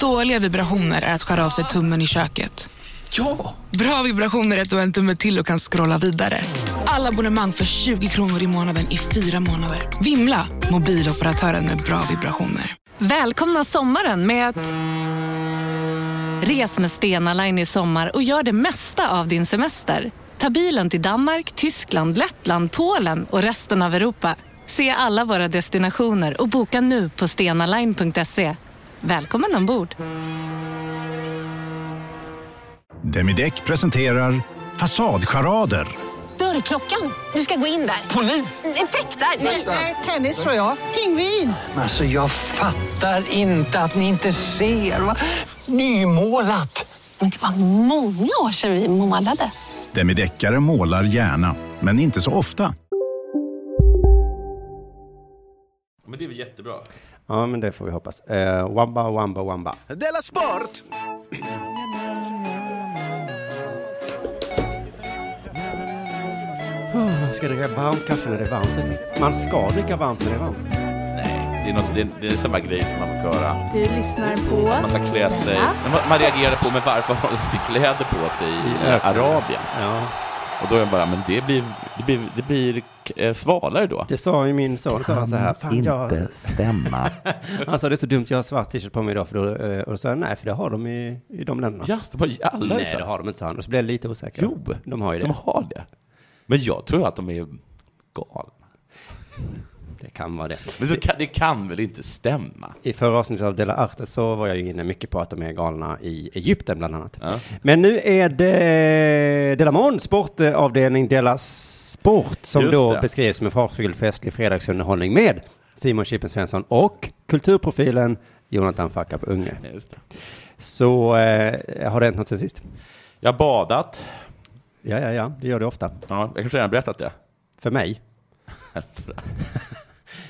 Dåliga vibrationer är att skära av sig tummen i köket. Ja! Bra vibrationer är att du har en tumme till och kan scrolla vidare. Alla abonnemang för 20 kronor i månaden i fyra månader. Vimla! Mobiloperatören med bra vibrationer. Välkomna sommaren med att... Res med Stena Line i sommar och gör det mesta av din semester. Ta bilen till Danmark, Tyskland, Lettland, Polen och resten av Europa. Se alla våra destinationer och boka nu på stenaline.se. Välkommen ombord! Demideck presenterar Fasadcharader. Dörrklockan. Du ska gå in där. Polis! Effektar? Nej, tennis tror jag. Pingvin. Alltså jag fattar inte att ni inte ser. Va? Nymålat! Men det var många år sedan vi målade. Demideckare målar gärna, men inte så ofta. Men det är väl jättebra? Ja, men det får vi hoppas. Eh, wamba, wamba, wamba. Della Sport! Man Oh, ska dricka varmt kaffe när det är varmt. Man ska dricka varmt när det är varmt. Nej, det är, något, det, är, det är samma grej som man får höra. Du lyssnar på... Man ska klä sig. Man, man reagerar på, men varför har de inte kläder på sig i eh, Arabien? Ja, Och då är jag bara, men det blir, det blir, det blir eh, svalare då. det sa ju min son. Sa han så här, Fan, idag. stämma. Han sa det är så dumt, jag har svart t-shirt på mig idag. För då, eh, och då sa jag nej, för det har de i, i de länderna. Ja, de har ju alla nej, så. det har de inte, sa han. Och så blev jag lite osäker. Jo, de har ju det. De har det. Men jag tror att de är galna. Det kan vara det. Men så kan, det kan väl inte stämma? I förra avsnittet av Dela Arte så var jag ju inne mycket på att de är galna i Egypten bland annat. Men nu är det Dela Mån, sportavdelning Dela Sport, som Just då det. beskrivs som en fartfylld festlig fredagsunderhållning med Simon Chippen Svensson och kulturprofilen Jonathan Facka på Unge. Just det. Så eh, har det hänt något sen sist? Jag har badat. Ja, ja, ja, det gör det ofta. Ja, jag kanske redan har berättat det. För mig.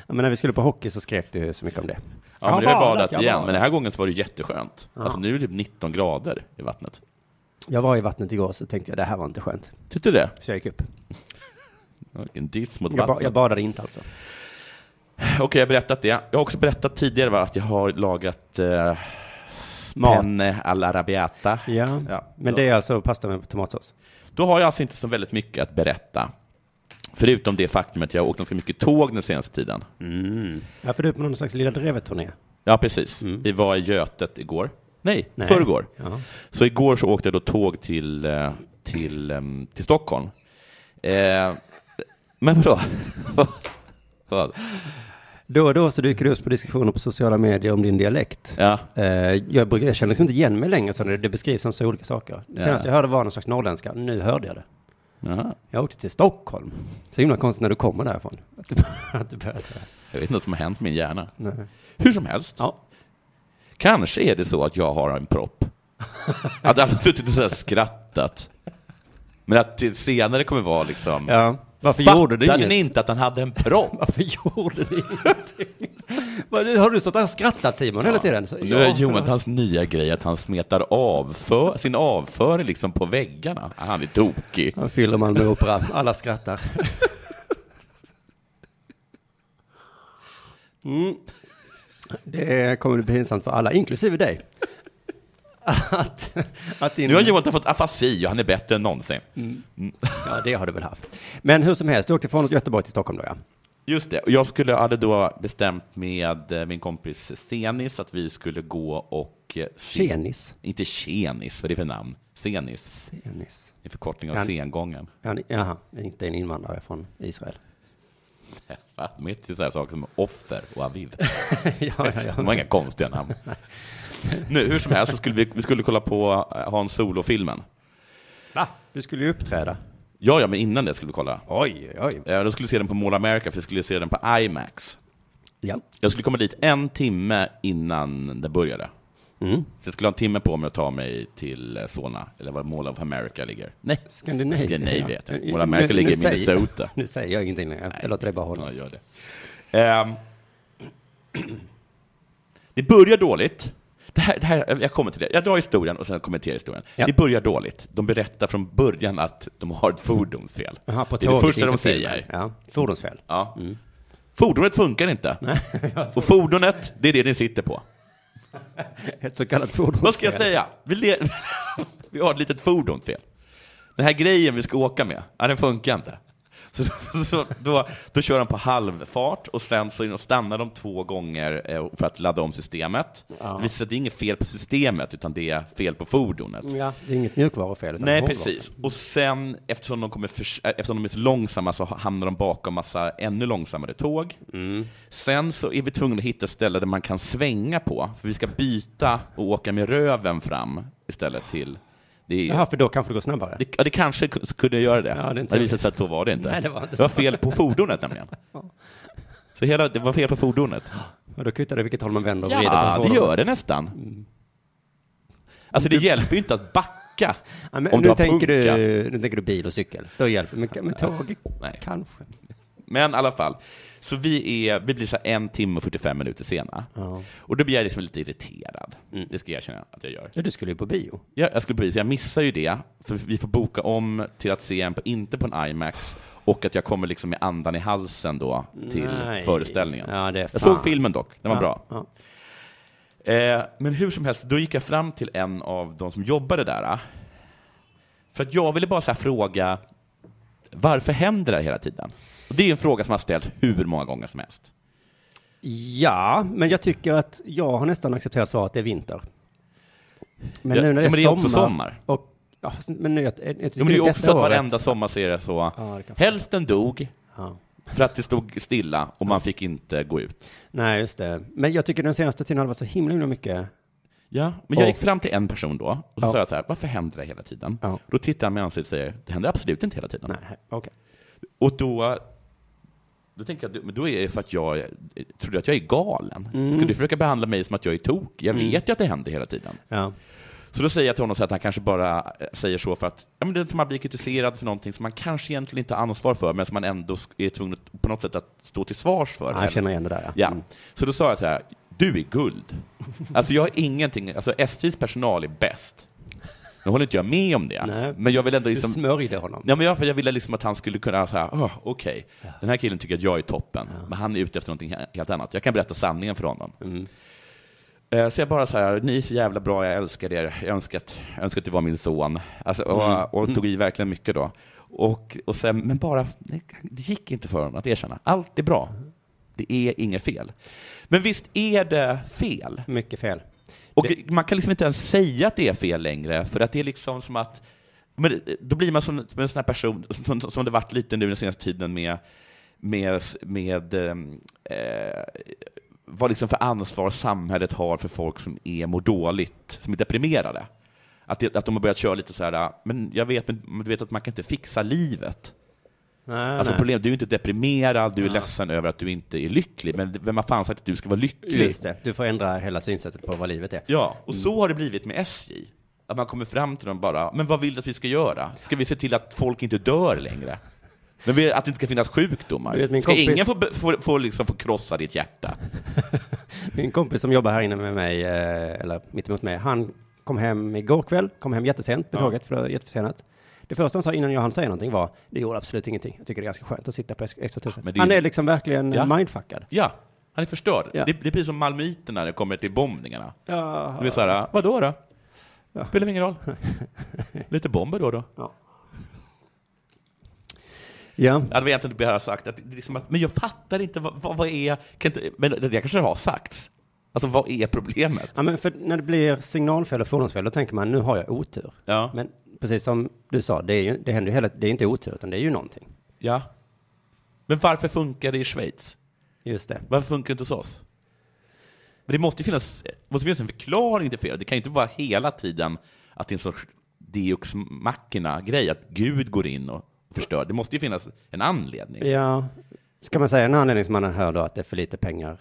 Ja, Men när vi skulle på hockey så skrek du så mycket om det. Ja, men jag har badat jag igen, badat. men den här gången så var det jätteskönt. Alltså nu är det typ 19 grader i vattnet. Jag var i vattnet igår så tänkte jag det här var inte skönt. Tyckte du det? Så jag gick upp. En diss mot Jag, ba- vattnet. jag badade inte alltså. Okej, jag har berättat det. Jag har också berättat tidigare va, att jag har lagat eh, Mat. penne alla rabiata. Ja, men det är alltså pasta med tomatsås. Då har jag alltså inte så väldigt mycket att berätta. Förutom det faktum att jag har åkt ganska mycket tåg den senaste tiden. Ja, för du är på någon slags Lilla Drevet-turné. Ja, precis. Vi var i Götet igår. Nej, Mm. Nej. förrgår. Ja. Så igår så åkte jag då tåg till, eh, till, ehm, till Stockholm. Eh, men vadå? Vad? Då och då så dyker det upp på diskussioner på sociala medier om din dialekt. Ja. Eh, jag, brukar, jag känner liksom inte igen mig längre, så det, det beskrivs som så olika saker. Det senaste jag hörde var någon slags norrländska, nu hörde jag det. Jaha. Jag åkte till Stockholm. Så himla konstigt när du kommer därifrån. Att du, att du börjar säga. Jag vet inte vad som har hänt med min hjärna. Nej. Hur som helst. Ja. Kanske är det så att jag har en propp. Att alla har suttit och så här skrattat. Men att det senare kommer vara liksom... ja. Varför gjorde du Fattade inget? ni inte att han hade en propp? Varför gjorde du ingenting? Vad, Har du stått där och skrattat Simon hela tiden? Så, Och Nu är ja, Jonathans nya grej att han smetar avför, sin avföring liksom på väggarna. Han är tokig. Han fyller man med opera. Alla skrattar. Mm. Det kommer bli pinsamt för alla, inklusive dig. Att, att din... Nu har Jonathan fått afasi och han är bättre än någonsin. Mm. Ja, det har du väl haft. Men hur som helst, du åkte från Göteborg till Stockholm då, ja. Just det. Och Jag skulle, hade då bestämt med eh, min kompis Stenis att vi skulle gå och... eh, se- Tjenis. Inte Tjenis, vad är det för namn? Stenis. Tjenis. Det är förkortning av Han- sengången. Ja, ni- Jaha, inte en invandrare från Israel. Va? De heter ju sådana saker som offer och aviv. ja, ja, De har ja. inga konstiga namn. Nu, hur som helst så skulle vi, vi skulle kolla på eh, Hans Solo-filmen. Va? Du skulle ju uppträda. Ja, ja, men innan det skulle vi kolla. Oj, oj. Eh, Då skulle vi se den på Mall America, för vi skulle se den på IMAX. Ja. Jag skulle komma dit en timme innan det började. Mm. Så jag skulle ha en timme på mig att ta mig till eh, Solna, eller var Mall of America ligger. Nej, Skandinavien. Scandinavia heter det. Mall Nu- America nu ligger i säger- Minnesota. Nu säger jag ingenting längre. Jag låter dig bara hålla. Ja, gör det. Ehm, det börjar dåligt. Det här, det här, jag kommer till det. Jag drar historien och sen kommenterar historien. Ja. Det börjar dåligt. De berättar från början att de har ett fordonsfel. Jaha, på det är det tåget, första de inte filmen. säger. Ja, Mm. fordonsfel. Ja. Fordonet funkar inte. Och fordonet, det är det ni sitter på. Ett så kallat fordonsfel. Vad ska jag säga? Vi, le- vi har ett litet fordonsfel. Den här grejen vi ska åka med, ja, den funkar inte. Så, så, då, då kör de på halvfart och sen så stannar de två gånger eh, för att ladda om systemet. Det visar sig att det är inget fel på systemet utan det är fel på fordonet. Ja, det är inget mjukvarufel. utan Nej, hårdvara. precis. Och sen, eftersom de, kommer förs- eh, eftersom de är så långsamma så hamnar de bakom massa ännu långsammare tåg. Mm. Sen så är vi tvungna att hitta ställen där man kan svänga på, för vi ska byta och åka med röven fram istället till... Det, är, Jaha, för då kanske det går snabbare. det, ja, det kanske ku- kunde göra det. Ja, det är det, inte- visade sig att så var det inte. Nej, det var inte så. fel på fordonet nämligen. Så hela, det var fel på fordonet. Och då kvittar det vilket håll man vänder och vrider på Ja, det fordonet. Mm. gör det nästan. Alltså det hjälper ju inte att backa Ja, men om nu, du har tänker punka. du, nu tänker du bil och cykel. Då hjälper det. Men, men tåg, Nej. kanske. Men i alla fall, så vi, är, vi blir så här en timme och 45 minuter sena. Och då blir jag liksom lite irriterad. Mm. Det ska jag erkänna att jag gör. Ja, du skulle ju på bio. Jag, jag skulle precis, jag missar ju det, för vi får boka om till att se en på, inte på en IMAX, och att jag kommer liksom med andan i halsen då till Nej. föreställningen. Ja, det är jag fan. såg filmen dock, den var Ja, bra. ja. Eh, men hur som helst, då gick jag fram till en av de som jobbade där. eh. För att jag ville bara så här fråga, varför händer det här hela tiden? Och det är en fråga som har ställts hur många gånger som helst. Ja, men jag tycker att jag har nästan accepterat svaret att det är vinter. Men Ja, nu när det är, ja, men det är också sommar. Och, ja, fast- men nu, jag, jag, jag Jo, men det är ju detta också att året- varenda sommar ser det så. Ja, det kan- Hälften dog Ja. för att det stod stilla och man fick inte gå ut. Nej, just det. Men jag tycker den senaste tiden har det varit så himla, himla mycket. Ja, men jag Och- gick fram till en person då och så Ja. sa jag så här, varför händer det hela tiden? Ja. Då tittar han mig i ansiktet och säger, det händer absolut inte hela tiden. Nej, okej. Och då, då tänker jag, men då är det för att jag tror du att jag är galen. Mm. Ska du försöka behandla mig som att jag är tok? Jag vet ju att det händer hela tiden. Ja. Så då säger jag till honom så att han kanske bara eh, säger så för att ja, men det är som att man blir kritiserad för någonting som man kanske egentligen inte har ansvar för, men som man ändå sk- är tvungen att på något sätt att stå till svars för. Ja, jag känner igen det där. Ja. Mm. Så då sa jag så här, du är guld. Alltså jag har ingenting, alltså SJs personal är bäst. Nu håller inte jag med om det, Nej. men jag vill ändå Du liksom... smörjde honom. Ja, men jag, för jag ville liksom att han skulle kunna säga, oh, okej, den här killen tycker att jag är toppen, men han är ute efter någonting he- helt annat. Jag kan berätta sanningen för honom. Eh, Så jag bara så här, ni är så jävla bra, jag älskar er, jag önskar att, jag önskar att du var min son. Alltså, och, och tog i verkligen mycket då. Och, och sen, men bara, det gick inte för honom att erkänna. Allt är bra. Det är inget fel. Men visst är det fel? Mycket fel. Och man kan liksom inte ens säga att det är fel längre, för att det är liksom som att... Men då blir man som, som en sån här person, som, som det varit lite nu den senaste tiden med, med, med ehm, eh, vad liksom för ansvar samhället har för folk som är, mår dåligt, som är deprimerade. Att, det, att de har börjat köra lite så här, men jag vet, men du vet att man kan inte fixa livet. Nej, Alltså nej. problem, du är inte deprimerad, du är ledsen över att du inte är lycklig, men vem har fan sagt att du ska vara lycklig? Just det. Du får ändra hela synsättet på vad livet är. Ja, och så har det blivit med SJ. Att man kommer fram till dem bara, men vad vill du att vi ska göra? Ska vi se till att folk inte dör längre? Men vi, att det inte ska finnas sjukdomar? Du vet, min ska kompis- ingen få, be- få, få, liksom få krossa ditt hjärta? Min kompis som jobbar här inne med mig, eh, eller mittemot mig, han kom hem igår kväll, kom hem jättesent med tåget, för det var jätteförsenat. Det första han sa innan jag hann säga någonting var, det gjorde absolut ingenting. Jag tycker det är ganska skönt att sitta på X2000. Men det är- Han är liksom verkligen Ja. ja. mindfuckad. Ja, han är förstörd. Ja. Det, det är precis som malmöiterna när det kommer till bombningarna. Ja, De är så här, vadå då? Spelar ingen roll. Lite bomber då då. ja. Jag hade egentligen inte behövt sagt att, det är liksom att, men jag fattar inte, vad, vad, vad är, kan inte, men det det kanske har sagts. Alltså vad är problemet? ja men för när det blir signalfel och fordonsfel, då tänker man, nu har jag otur. Ja. Men precis som du sa, det, är ju, det händer ju hela, det är inte otur, utan det är ju någonting. Ja. Men varför funkar det i Schweiz? Just det. Varför funkar det inte hos oss? Men det måste ju finnas, måste finnas en förklaring till fel. Det kan ju inte vara hela tiden att det är en sorts Deus Machina-grej, att Gud går in och förstör. Det måste ju finnas en anledning. Ja, ska man säga en anledning som man hör då, att det är för lite pengar?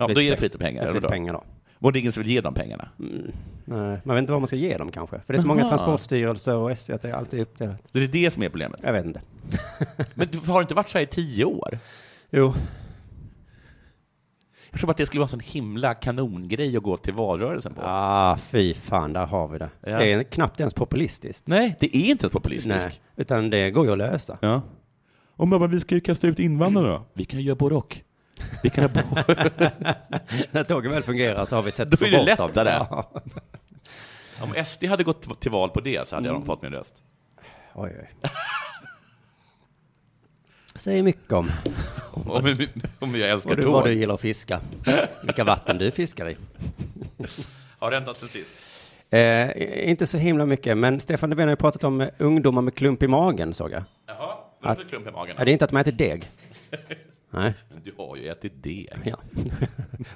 Ja, då är det för peng- lite pengar. det eller är För lite vadå? pengar då. Och det är ingen som vill ge dem pengarna. Nej, man vet inte vad man ska ge dem kanske. För det är så många Aha. transportstyrelser och SJ att det är alltid uppdelat. Det är det som är problemet. Jag vet inte. Men du har inte varit så här i tio år? Jo. Jag tror bara att det skulle vara en sån himla kanongrej att gå till valrörelsen på. Ah, fy fan, där har vi det. Ja. Det är knappt ens populistiskt. Nej, det är inte ens populistiskt. Nej, utan det går ju att lösa. Ja. Om man bara, vi ska ju kasta ut invandrarna. Vi kan ju göra både och. Vi kan ha bo. När tågen väl fungerar så har vi sett Då är det lättare. Ja. Om SD hade gått till val på det så hade de fått min röst. Oj, oj. Säger mycket om Om, om jag älskar vad du, vad du tåg. gillar att fiska. Vilka vatten du fiskar i. Har det hänt något sen sist? Eh, inte så himla mycket, men Stefan Löfven har ju pratat om eh, ungdomar med klump i magen, såg jag. Jaha, vad är det för klump i magen? Ja, det är inte att man äter deg. Nej. Du har ju ätit det. Ja.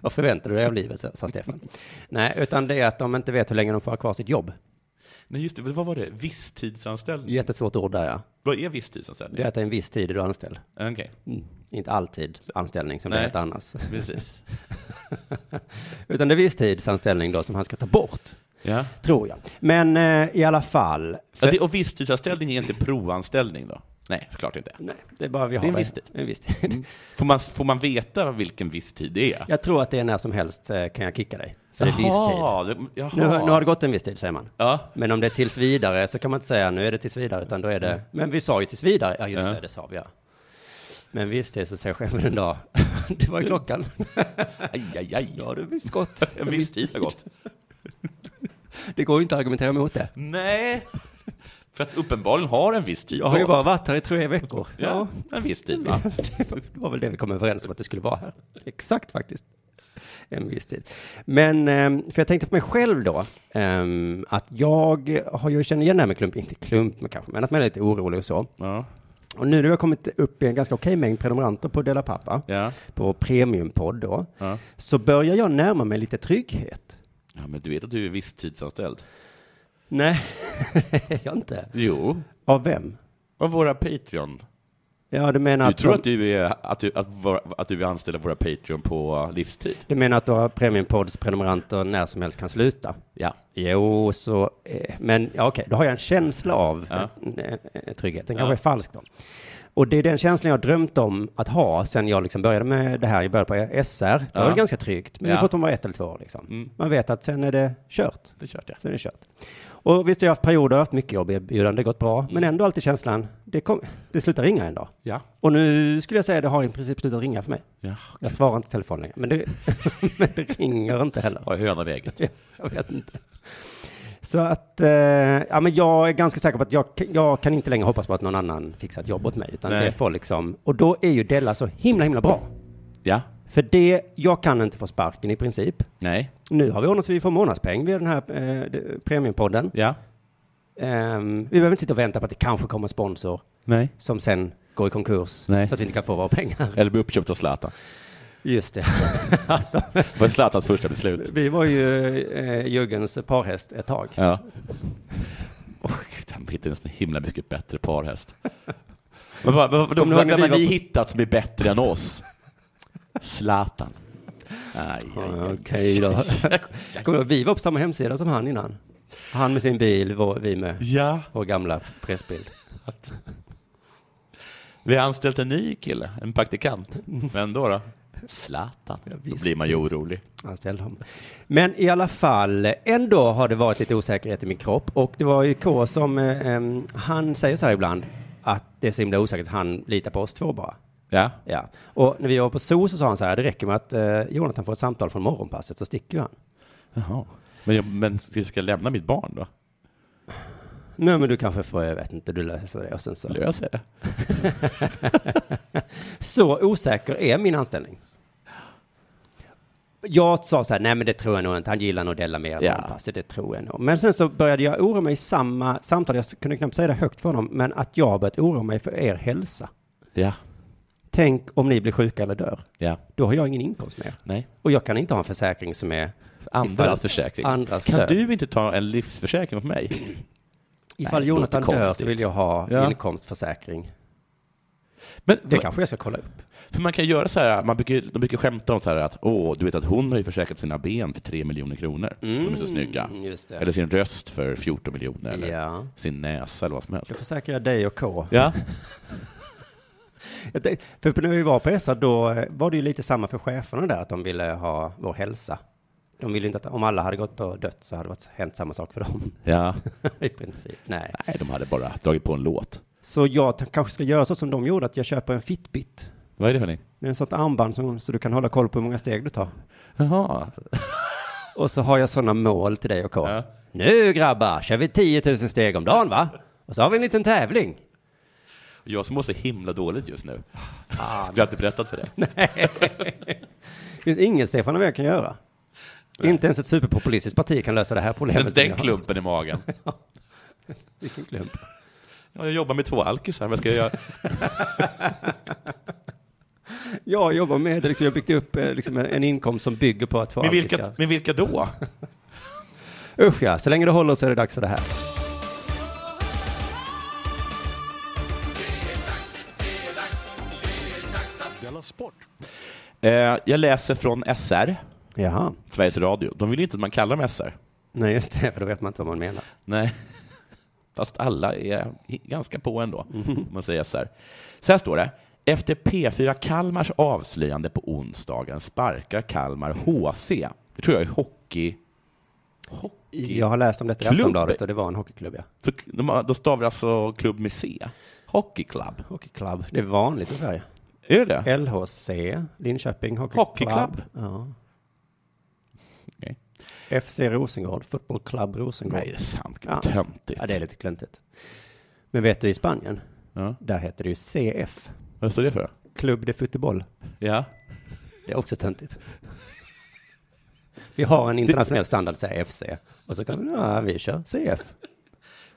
Vad förväntar du dig av livet, sa Stefan. Nej, utan det är att de inte vet hur länge de får ha kvar sitt jobb. Nej, just det. Vad var det? Visstidsanställning? Jättesvårt ord där, ja. Vad är Det är visstidsanställning? att det är en viss tid är du anställd. Okej, Inte alltid anställning som Nej. det heter annars. precis. Utan det är viss tidsanställning då som han ska ta bort, Ja. tror jag. Men eh, i alla fall. Ja, det, och visstidsanställning är inte provanställning då? Nej, såklart inte. Nej, det är bara vi har Det är en viss tid. En viss tid. Får man, får man veta vilken viss tid det är? Jag tror att det är när som helst eh, kan jag kicka dig. För det är viss tid. Jaha, det- Jaha. Nu, har- nu har det gått en viss tid, säger man. Ja. Men om det är tills vidare så kan man inte säga nu är det tills vidare, utan då är det, men vi sa ju tills vidare, Mm. ja just Ja. det, det sa vi ja. Men visst det så säger chefen en dag, det var ju klockan. Aj, aj, aj. Ja, det är visst gott. En viss tid har gått. Det går ju inte att argumentera emot det. Nej, för att uppenbarligen har en viss tid Jag har ju gått. bara varit här i tre veckor. Ja, en viss tid va? Det var- det var väl det vi kom överens om att du skulle vara här. Exakt faktiskt. En viss tid. Men, ehm, för jag tänkte på mig själv då, ehm, att jag har ju känner igen det här med klump, inte klump men kanske, men att man är lite orolig och så. Ja. Och nu när vi har kommit upp i en ganska okej mängd prenumeranter på Dela Pappa, Ja. på vår premiumpodd då, Ja. så börjar jag närma mig lite trygghet. ja, men du vet att du är visstidsanställd? Nej, jag inte. Jo. Av vem? Av våra Patreon. Ja, du menar Du att, tror de, att du, är, att, du, att, våra, att du är anställd av våra Patreon på uh, livstid? du menar att våra premiumpodds prenumeranter när som helst kan sluta? Ja. Jo, så, eh, men ja, okej, då har jag en känsla av Ja. eh, eh, trygghet. Den kanske är falsk då. Och det är den känslan jag har drömt om att ha sen jag liksom började med det här. Jag började på SR. Det var Ja. ganska tryggt, men Ja. Mm. ja. fått man var ett eller två år liksom. Man vet att sen är det kört. Det körde jag. Sen är det kört. Och visst, jag har haft perioder, jag har haft mycket jobb, erbjudande, gått bra, men ändå alltid känslan, det, kom, det slutar ringa en dag. Ja. Och nu skulle jag säga, det har i princip slutat ringa för mig. Ja. Jag svarar inte telefon längre, men det, men det ringer inte heller. Har hönan i ägget? Ja, Jag vet inte. Så att, eh, ja men jag är ganska säker på att jag, jag kan inte längre hoppas på att någon annan fixar ett jobb åt mig, utan Nej. det får liksom, och då är ju Della så himla, himla bra. Ja. För det, jag kan inte få sparken i princip. Nej. Nu har vi ordnat så vi får månadspeng via den här eh, de- premiumpodden. Ja. Ehm, vi behöver inte sitta och vänta på att det kanske kommer en sponsor Nej. som sen går i konkurs Nej. så att vi inte kan få våra pengar. Eller bli uppköpt av Zlatan. Just det. Det var Zlatans första beslut. vi var ju eh, Jürgens parhäst ett tag. Ja. Åh, gud, han hittade en så himla mycket bättre parhäst. Men vad, vad, vad, Kommer de, ni ihåg vem när vi har var ni på- hittat som är bättre än oss? Zlatan. Aj, aj, aj. Okej då. Kommer du ihåg, vi var på samma hemsida som han innan. Han med sin bil, vår, vi med Ja, vår gamla pressbild. vi har anställt en ny kille, en praktikant. Vem då? då? Zlatan. Då blir man ju orolig. Anställd honom. Men i alla fall, ändå har det varit lite osäkerhet i min kropp. Och det var ju K som, eh, em, han säger så här ibland, att det är så himla osäkert, han litar på oss två bara. Ja. Ja. Och när vi var på zoo så sa han så här, det räcker med att eh, Jonathan får ett samtal från morgonpasset så sticker ju han. Jaha. Men, jag, men ska jag lämna mitt barn då? Nej men du kanske får, jag vet inte, du löser det och sen så. Löser det? Så osäker är min anställning. Jag sa så här, nej men det tror jag nog inte, han gillar nog Della mer Ja. än yeah. passet, det tror jag nog. Men sen så började jag oroa mig i samma samtal, jag kunde knappt säga det högt för honom, men att jag har börjat oroa mig för er hälsa. Ja. Tänk om ni blir sjuka eller dör, Ja. då har jag ingen inkomst mer. Nej. Och jag kan inte ha en försäkring som är Andras försäkring. Andras kan död. du inte ta en livsförsäkring åt mig? Ifall Nej, det låter Jonathan dör så konstigt. vill jag ha Ja. inkomstförsäkring. Men, Det kanske jag ska kolla upp. För man kan göra så här, man brukar, de brukar skämta om så här att åh, du vet att hon har ju försäkrat sina ben för 3 miljoner kronor, Mm. för de är så snygga. Mm, just det. Eller sin röst för 14 miljoner, eller Ja. sin näsa eller vad som helst. Då försäkrar jag dig och K. Ja, Jag tänkte- För när vi var på SR då eh, var det ju lite samma för cheferna där, att de ville ha vår hälsa. De ville inte att, om alla hade gått och dött så hade det varit- hänt samma sak för dem. ja. I princip. Nej. Nej, de hade bara dragit på en låt. Så jag t- kanske ska göra så som de gjorde, att jag köper en Fitbit. Vad är det för någonting? Det är en sånt armband som, så du kan hålla koll på hur många steg du tar. Jaha. Och så har jag sådana mål till dig och K. Ja. Nu grabbar, kör vi 10 000 steg om dagen va? Och så har vi en liten tävling. Jag som mår så himla dåligt just nu. Ah, Skulle jag inte berättat för dig. Det finns inget Stefan och jag kan göra. Inte ens ett superpopulistiskt parti kan lösa det här problemet. Men som jag den har. klumpen i magen. Vilken klump. Ja, jag jobbar med två alkisar, vad ska jag göra? Jag jobbar med det, liksom, jag har byggt upp eh, liksom, en- en inkomst som bygger på att få Med vilka, alkisar. med vilka då? Usch ja, så länge det håller så är det dags för det här. Eh, jag läser från SR, Jaha. Sveriges Radio. De vill ju inte att man kallar dem SR. Nej, just det, för då vet man inte vad man menar. Nej. Fast alla är ganska på ändå, om man säger så här. Så här står det. Efter P4 Kalmars avslöjande på onsdagen sparkar Kalmar HC. Det tror jag är hockey... Hockey? Jag har läst om detta i Klubb. Aftonbladet och det var en hockeyklubb, ja. Så de, har- de stavar alltså klubb med C. Hockeyklubb. Hockeyklubb. Det är vanligt i Sverige. Är det det? LHC, Linköping Hockey, Hockeyklubb. Club. Ja. Okej. FC Rosengård, Football Club Rosengård. Nej, det är sant. Ja. Vad Töntigt. Ja, det är lite kluntigt. Men vet du, i Spanien, Ja. där heter det ju CF, Vad står det för? Club de Futebol. Ja. Det är också töntigt. Vi har en internationell standard, säger FC. Och så kan vi, ja, vi kör CF.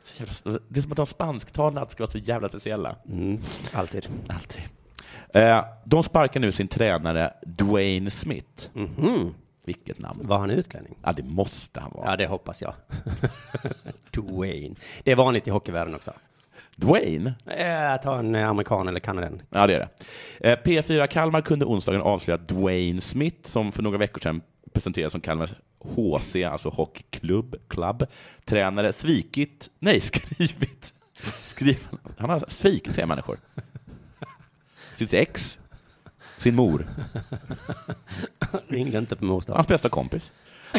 Så jävla- Det är som att de spansktalande ska vara så jävla speciella. Mm, alltid. Alltid. Eh, de sparkar nu sin tränare Dwayne Smith. Vilket namn. Var han utlänning? Ja, det måste han vara. Mhm. Ja, det hoppas jag. Dwayne. Det är vanligt i hockeyvärlden också. Dwayne? Eh, Att ha en eh, amerikan eller kanaden. Ja, det är det. Eh, P4 Kalmar kunde onsdagen avslöja Dwayne Smith, som för några veckor sedan presenterades som Kalmars HC, alltså hockeyklubb, club, tränare, svikit, nej, skrivit, skrivit. Han har svikit tre människor. Sitt ex, sin mor, Ringde inte på mors dag. hans bästa kompis.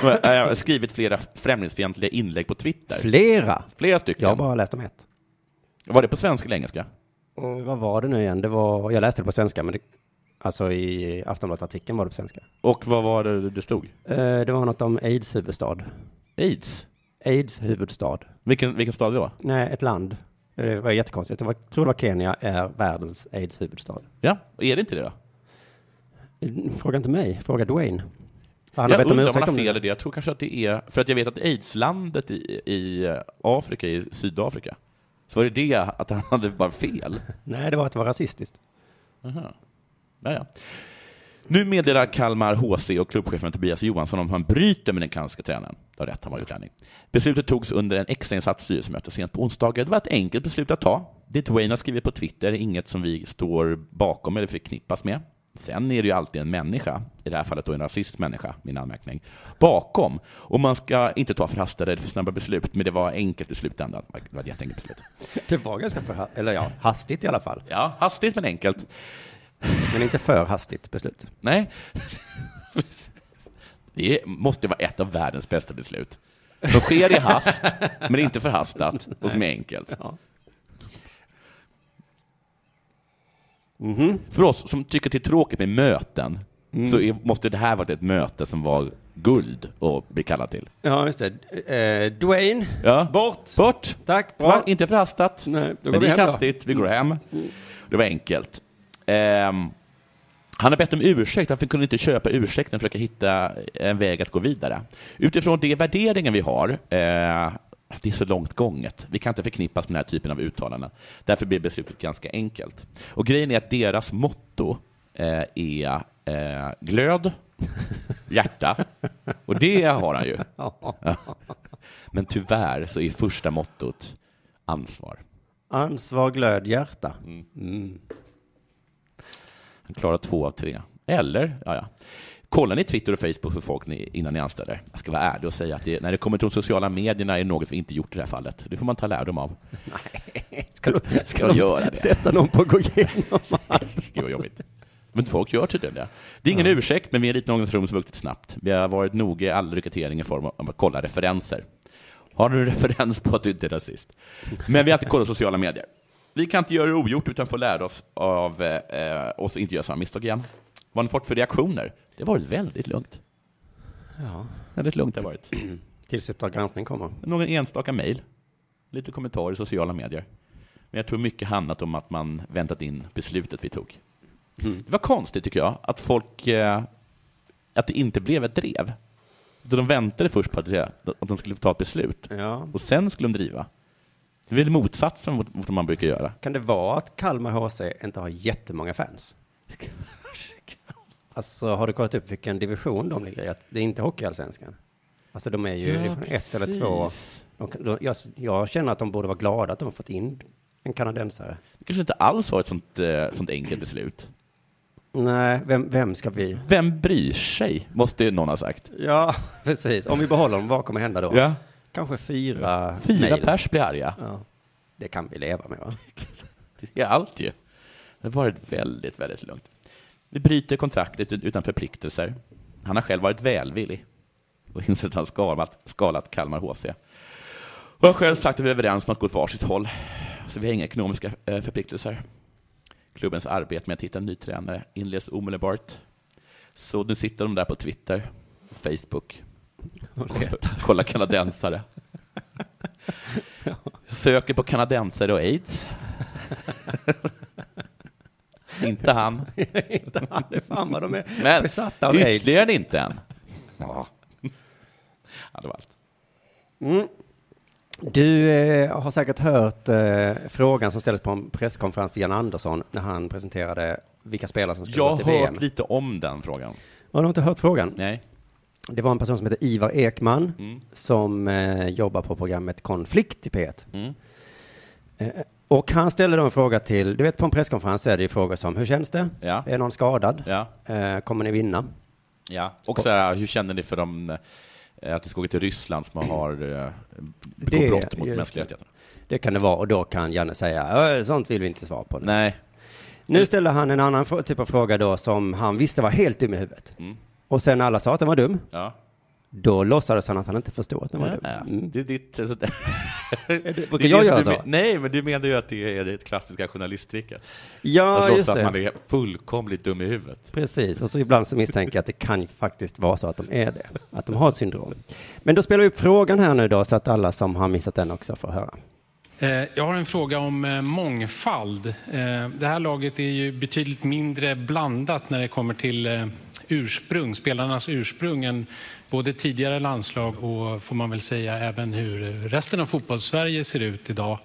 Och, eh, Skrivit flera främlingsfientliga inlägg på Twitter. Flera! Flera Jag har stycken. bara läst om ett. Var det på svenska eller engelska? Och vad var det nu igen? Det var, jag läste det på svenska, men det, alltså i Aftonbladet-artikeln var det på svenska. Och vad var det det stod? Eh, Det var något om aids huvudstad. Aids? Aids huvudstad. Vilken, vilken stad det var? Nej, ett land. Det var jättekonstigt. Jag var- tror det var Kenya är världens aids huvudstad. Ja, är det inte det då? Fråga inte mig, fråga Dwayne. Han jag undrar om han har det. fel i det. Jag tror kanske att det är, för att jag vet att aidslandet i, i Afrika, i Sydafrika, så var det det att han hade bara fel. Nej, det var att det var rasistiskt. Naja. Nu meddelar Kalmar HC och klubbchefen Tobias Johansson om han bryter med den kanadiska tränaren. Du har rätt, han var utlänning. Beslutet togs under en extrainsatt styrelsemöte sent på onsdagen. Det var ett enkelt beslut att ta. Det Dwayne har skrivit på Twitter är inget som vi står bakom eller förknippas med. Sen är det ju alltid en människa, i det här fallet då en rasist människa, min anmärkning, bakom. Och man ska inte ta förhastade eller för snabba beslut, men det var enkelt i slutändan. Det var ett jätteenkelt beslut. Det var ganska för, eller ja, hastigt i alla fall. Ja, hastigt men enkelt. Men inte för hastigt beslut. Nej. Det måste vara ett av världens bästa beslut. Som sker i hast, men inte förhastat och som är enkelt. För oss som tycker att det är tråkigt med möten så är, måste det här varit ett möte som var guld att bli kallad till. Ja, just det. Eh, Dwayne, Ja. bort! Bort! Tack, Bra. bra. Inte förhastat, Nej, då går men det vi är hem då. Mm. hastigt. Vi går hem. Det var enkelt. Ehm, han har bett om ursäkt, han kunde inte köpa ursäkten och försöka hitta en väg att gå vidare. Utifrån de värderingar vi har, eh, det är så långt gånget. Vi kan inte förknippas med den här typen av uttalanden. Därför blir beslutet ganska enkelt. Och grejen är att deras motto eh, är eh, glöd, hjärta, och det har han ju. Men tyvärr så är första mottot ansvar. Ansvar, glöd, hjärta. Mm. Han klarar två av tre. Eller, ja, ja. Kollar ni Twitter och Facebook för folk ni, innan ni anställer? Jag ska vara ärlig och säga att det, när det kommer till de sociala medierna är det något vi inte gjort i det här fallet. Det får man ta lärdom av. Ska du, Ska jag göra det? Sätta någon på att gå igenom. Gud vad jobbigt. Men folk gör tydligen det. Det är ingen ursäkt, men vi är en liten organisation som vuxit snabbt. Vi har varit noga i all rekrytering i form av att kolla referenser. Har du en referens på att du inte är rasist? Men vi har inte kollat sociala medier. Vi kan inte göra det ogjort utan får lära oss av eh, oss och inte göra samma misstag igen. Vad har ni fått för reaktioner? Det har varit väldigt lugnt. Ja. Väldigt lugnt har det varit. Tills Uppdrag granskning kommer. Någon enstaka mejl, lite kommentarer i sociala medier. Men jag tror mycket handlat om att man väntat in beslutet vi tog. Det var konstigt tycker jag, att folk, eh, att det inte blev ett drev. Då de väntade först på att, det- att de skulle ta ett beslut Ja. och sen skulle de driva. Det är väl motsatsen mot, mot vad man brukar göra. Kan det vara att Kalmar HC inte har jättemånga fans? Alltså, har du kollat upp vilken division de ligger i? Att Det är inte Hockeyallsvenskan. Alltså, de är ju Ja, division ett eller två. De, kan- de, jag, jag känner att de borde vara glada att de har fått in en kanadensare. Det kanske inte alls var ett sånt, eh, sånt enkelt beslut. Nej, vem, vem ska vi? Vem bryr sig? Måste ju någon ha sagt. Ja, precis. Om vi behåller dem, vad kommer hända då? Ja. Kanske fyra Fyra mejl. pers blir arga. Ja. Det kan vi leva med, va? Det är allt ju. Det har varit väldigt, väldigt lugnt. Vi bryter kontraktet ut- utan förpliktelser. Han har själv varit välvillig och insett att han skalat, skalat Kalmar HC. Och jag har själv sagt att vi är överens om att gå åt varsitt håll, så vi har inga ekonomiska eh, förpliktelser. Klubbens arbete med att hitta en ny tränare inleds omedelbart. Så nu sitter de där på Twitter, Facebook, kolla kanadensare. Söker på kanadensare och aids. Inte han. inte han. Det är fan vad de är Men besatta av aids. ytterligare inte än. Ja. ja, det var allt. Du eh, har säkert hört eh, frågan som ställdes på en presskonferens till Jan Andersson när han presenterade vilka spelare som skulle Jag gå har till hört VM. lite om den frågan. Har du inte hört frågan? Nej. Mm. Det var en person som heter Ivar Ekman som eh, jobbar på programmet Konflikt i P1. Mm. Eh, och han ställde då en fråga till, du vet på en presskonferens är det ju frågor som hur känns det? Ja. Är någon skadad? Ja. Eh, kommer ni vinna? ja. Och så här, hur känner ni för de, eh, att det ska gå till Ryssland som har eh, Det- begått brott mot just mänskliga det. rättigheter? Det kan det vara och då kan Janne säga, "Äh, sånt vill vi inte svara på. Nej. Nu ställer han en annan frå- typ av fråga då som han visste var helt dum i huvudet. Och sen när alla sa att den var dum, Mm. Ja. då låtsades han att han inte förstod att den var Ja, dum. Mm. Det är ditt... Alltså, det, Brukar det jag som göra du så? men- Nej, men du menar ju att det är det klassiska journalisttricket. Ja, att just låtsas att det. man är fullkomligt dum i huvudet. Precis, och så ibland så misstänker jag att det kan ju faktiskt vara så att de är det, att de har ett syndrom. Men då spelar vi upp frågan här nu då, så att alla som har missat den också får höra. Eh, Jag har en fråga om eh, mångfald. Eh, Det här laget är ju betydligt mindre blandat när det kommer till eh, ursprung, spelarnas ursprung än både tidigare landslag och får man väl säga även hur eh, resten av fotbollssverige ser ut idag.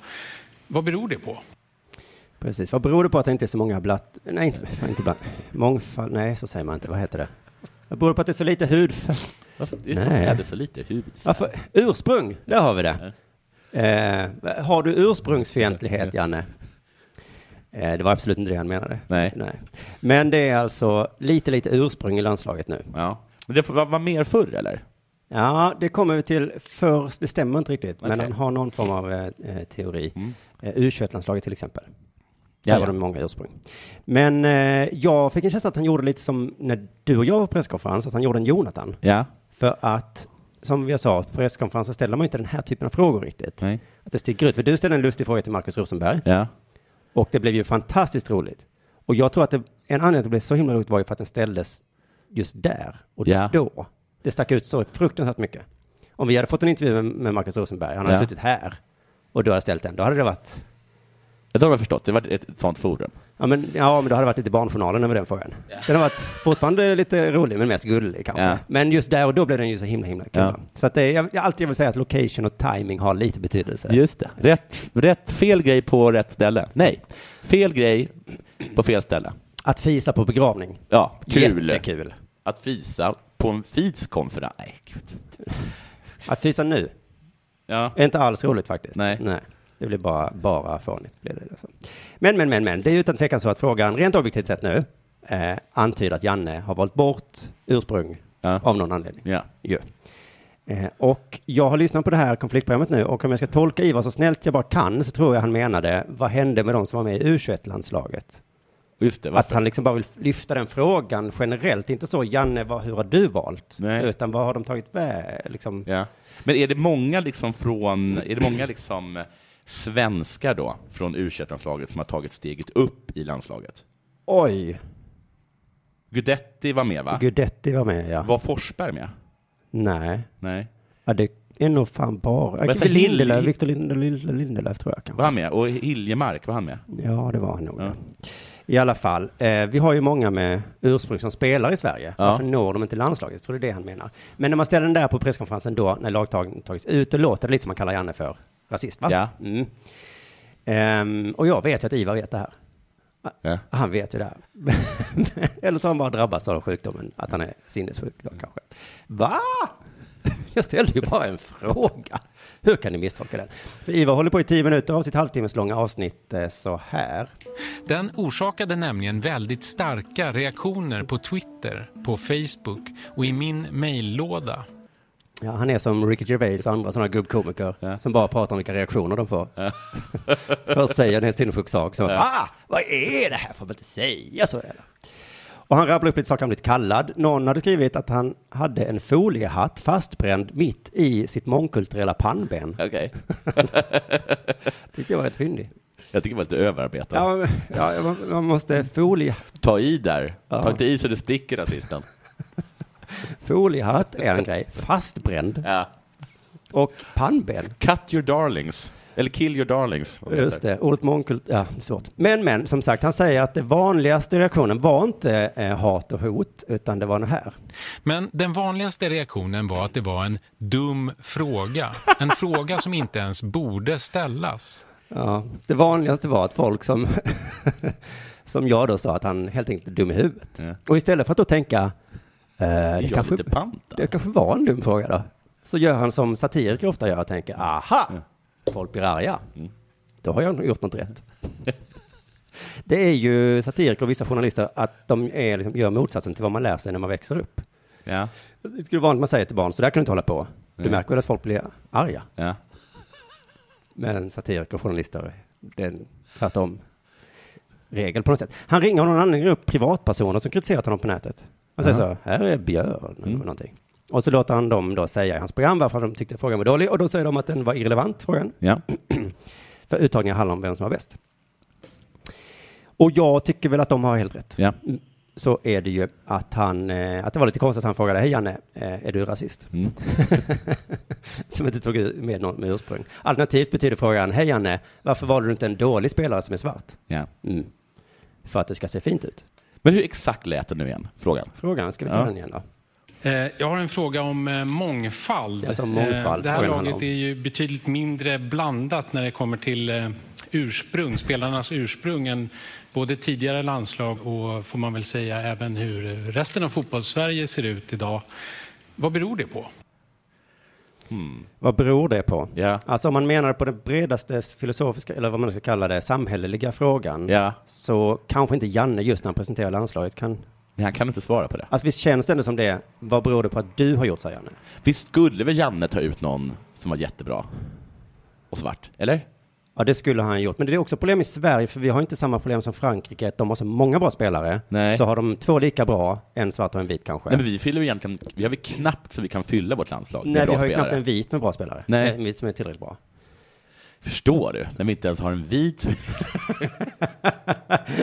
Vad beror det på? Precis, vad beror det på att det inte är så många blatt... Nej, inte, fan, inte blatt... Mångfald... Nej, så säger man inte. Vad heter det? Vad beror det på att det är så lite hudfärg? Varför Nej. varför är det så lite hudfärg? Varför? Ursprung, där har vi det. Eh, har du ursprungsfientlighet, Janne? Eh, det var absolut inte det han menade. Nej. Men det är alltså lite, lite ursprung i landslaget nu. Ja. Men det var, var mer förr, eller? Ja, det kommer vi till först. Det stämmer inte riktigt, men Okej. Mm. han har någon form av eh, eh, teori. Eh, U21-landslaget till exempel. Där Jaja. var det många ursprung. Men eh, jag fick en känsla att han gjorde lite som när du och jag var på presskonferens, att han gjorde en Jonathan. Ja. För att, som jag sa, på presskonferensen ställer man ju inte den här typen av frågor riktigt. Nej. Att det sticker ut. För du ställde en lustig fråga till Markus Rosenberg Ja. och det blev ju fantastiskt roligt. Och jag tror att det, en anledning till att det blev så himla roligt var ju för att den ställdes just där och Ja. då. Det stack ut så fruktansvärt mycket. Om vi hade fått en intervju med, med Markus Rosenberg, han hade Ja. suttit här och du hade ställt den, då hade det varit, Det har jag förstått. Det var ett, ett sånt forum. ja men, ja men då hade det varit lite Barnjournalen över den frågan. Den har varit fortfarande lite rolig, men mest gullig kanske. Ja. Men just där och då blev den ju så himla, himla kul. Ja. Så att det, är- jag, jag- allt jag vill säga är att location och timing har lite betydelse. Just det. Rätt, rätt, fel grej på rätt ställe. Nej, fel grej på fel ställe. Att fisa på begravning, Ja, kul. jättekul. Att fisa på en fiskonferens. Nej, gud. Att fisa nu, Ja. är inte alls roligt faktiskt. Nej. Det blir bara, bara fånigt. Blir det alltså. Men, men, men, men. Det är utan tvekan så att frågan, rent objektivt sett nu, eh, antyder att Janne har valt bort ursprung Ja. av någon anledning. ja. Ju. Eh, och jag har lyssnat på det här konfliktprogrammet nu och om jag ska tolka Ivar så snällt jag bara kan så tror jag han menade, vad hände med de som var med i U21-landslaget? Just det. Att Varför? han liksom bara vill lyfta den frågan generellt, inte så Janne, vad, hur har du valt? Nej. Utan vad har de tagit med? Liksom, Ja. Men är det många liksom från, är det många liksom svenskar då från u landslaget som har tagit steget upp i landslaget. Oj! Gudetti var med va? Gudetti var med, ja. Var Forsberg med? Nej. Nej. Ja, det är nog fan bara... jag säga, Lindelöf, Hill- Victor Lindelöf, Lindelöf tror jag kanske. Var han med? Och Hiljemark, var han med? Ja, det var han nog. Ja. I alla fall, eh, vi har ju många med ursprung som spelar i Sverige. Ja. Varför når de inte landslaget? Jag tror det är det han menar. Men när man ställer den där på presskonferensen då, när lagtagen tagits ut, då låter det lite som man kallar Janne för rasist, va? Ja. Mm. Ehm, och jag vet ju att Ivar vet det här. Ja. Han vet ju det här. Eller så har han bara drabbats av sjukdomen, att han är sinnessjuk då kanske. Va? Jag ställde ju bara en fråga. Hur kan ni misstolka den? För Ivar håller på i tio minuter av sitt halvtimmeslånga avsnitt eh, så här. Den orsakade nämligen väldigt starka reaktioner på Twitter, på Facebook och i min mejllåda. Ja, han är som Ricky Gervais och andra sådana gubbkomiker som bara pratar om vilka reaktioner de får. Först säger han en sinnessjuk sak, så ah, vad är det här? Får man inte säga så eller? Och han rabblar upp lite saker han blivit kallad. Någon hade skrivit att han hade en foliehatt fastbränd mitt i sitt mångkulturella pannben. Okej. Tyckte jag var rätt fyndig. Jag tycker det var lite överarbetat. Ja, men- ja, jag må- man måste folie, Ta i där. Ja. Ta inte i så det spricker rasisten. foliehatt är en grej. Fastbränd Ja. och pannben. Cut your darlings. Eller kill your darlings. vad heter. Just det, ordet mångkult, ja, svårt. Men, men, som sagt, han säger att det vanligaste reaktionen var inte eh, hat och hot, utan det var det här. Men den vanligaste reaktionen var att det var en dum fråga. En fråga som inte ens borde ställas. Ja, det vanligaste var att folk som, som jag då sa att han helt enkelt är dum i huvudet. Ja. Och istället för att då tänka, eh, det, Jag är kanske, lite panta. det kanske var en dum fråga då, så gör han som satiriker ofta gör och tänker, aha, folk blir arga. Då har jag nog gjort något rätt. Det är ju satiriker och vissa journalister att de är, liksom, gör motsatsen till vad man lär sig när man växer upp. Ja. Det skulle vara vanligt att man säger till barn, så där kan du inte hålla på. Du märker väl att folk blir arga. Ja. Men satiriker och journalister, det är en tvärtom regel på något sätt. Han ringer av någon anledning upp privatpersoner som kritiserat honom på nätet. Han säger så, här är Björn eller någonting. Och så låter han dem då säga i hans program varför de tyckte frågan var dålig. Och då säger de att den var irrelevant, frågan. Ja. För uttagningen handlar om vem som var bäst. Och jag tycker väl att de har helt rätt. Ja. Så är det ju att han, eh, att det var lite konstigt att han frågade, hej Janne, eh, är du rasist? Mm. som inte tog ut med någon med ursprung. Alternativt betyder frågan, hej Janne, varför valde du inte en dålig spelare som är svart? ja. Mm. För att det ska se fint ut. Men hur exakt lät det nu igen? Frågan. Frågan, ska vi ta Ja. den igen då? Eh, Jag har en fråga om eh, mångfald. Alltså mångfald, Eh, Det här frågan handlar laget om. är ju betydligt mindre blandat när det kommer till eh, ursprung, spelarnas ursprung än både tidigare landslag och får man väl säga även hur resten av fotbollssverige ser ut idag. Vad beror det på? Vad beror det på? Ja. Alltså om man menar på den bredaste filosofiska, eller vad man nu ska kalla det, samhälleliga frågan, Ja. så kanske inte Janne just när han presenterar landslaget kan... Nej, han kan inte svara på det. Alltså visst känns det ändå som det, vad beror det på att du har gjort, säger Janne? Visst skulle väl Janne ta ut någon som var jättebra? Och svart, eller? Ja, det skulle han gjort. Men det är också problem i Sverige, för vi har inte samma problem som Frankrike, att de har så många bra spelare. Nej. Så har de två lika bra, en svart och en vit kanske. Nej, men vi fyller ju egentligen, vi har väl knappt så vi kan fylla vårt landslag med Nej, vi bra har ju spelare. knappt en vit med bra spelare. Nej. En vit som är tillräckligt bra. Förstår du? När vi inte ens har en vit.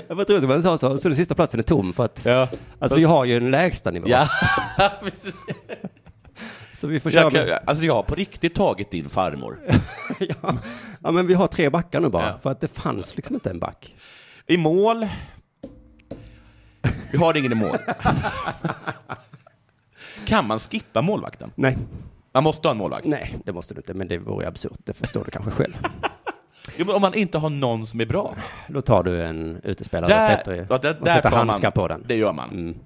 Jag var roligt om han sa så, så den sista platsen är tom för att Ja. alltså, vi har ju en lägsta nivå. Ja, Så vi får köra jag, kan, med, alltså jag har på riktigt tagit din farmor. ja. ja, men vi har tre backar nu bara, Ja. för att det fanns liksom inte en back. I mål. Vi har ingen i mål. Kan man skippa målvakten? Nej, Man måste ha en målvakt. nej, det måste du inte, men det vore ju absurt, det förstår du kanske själv. Jo, men Om man inte har någon som är bra. Då tar du en utespelare och Där, sätter, ja, och där, där sätter tar handskar man, på den. Det gör man. Mm.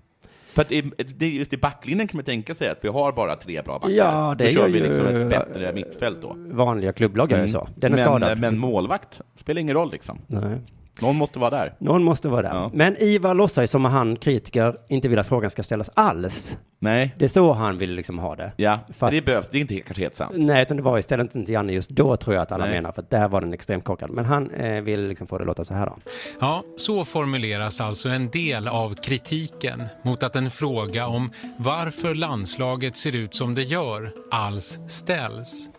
För att i, det är just i backlinjen kan man tänka sig att vi har bara tre bra backar. Ja, det då gör kör vi ju- liksom ett bättre mittfält då. Vanliga klubblag gör ju så. Den är Mm. men, eh, skadad. men målvakt spelar ingen roll liksom. Nej. Någon måste vara där. Någon måste vara där. Ja. Men Ivar låtsas ju som att han, kritiker, inte vill att frågan ska ställas alls. Nej, Det är så han vill liksom ha det. ja, För att- det behövs. Det är inte kanske helt sant. Nej, utan det var istället inte Janne just då tror jag att alla Nej. menar, för att där var den extremt korkad. Men han eh, vill liksom få det att låta så här då. Ja, så formuleras alltså en del av kritiken mot att en fråga om varför landslaget ser ut som det gör alls ställs.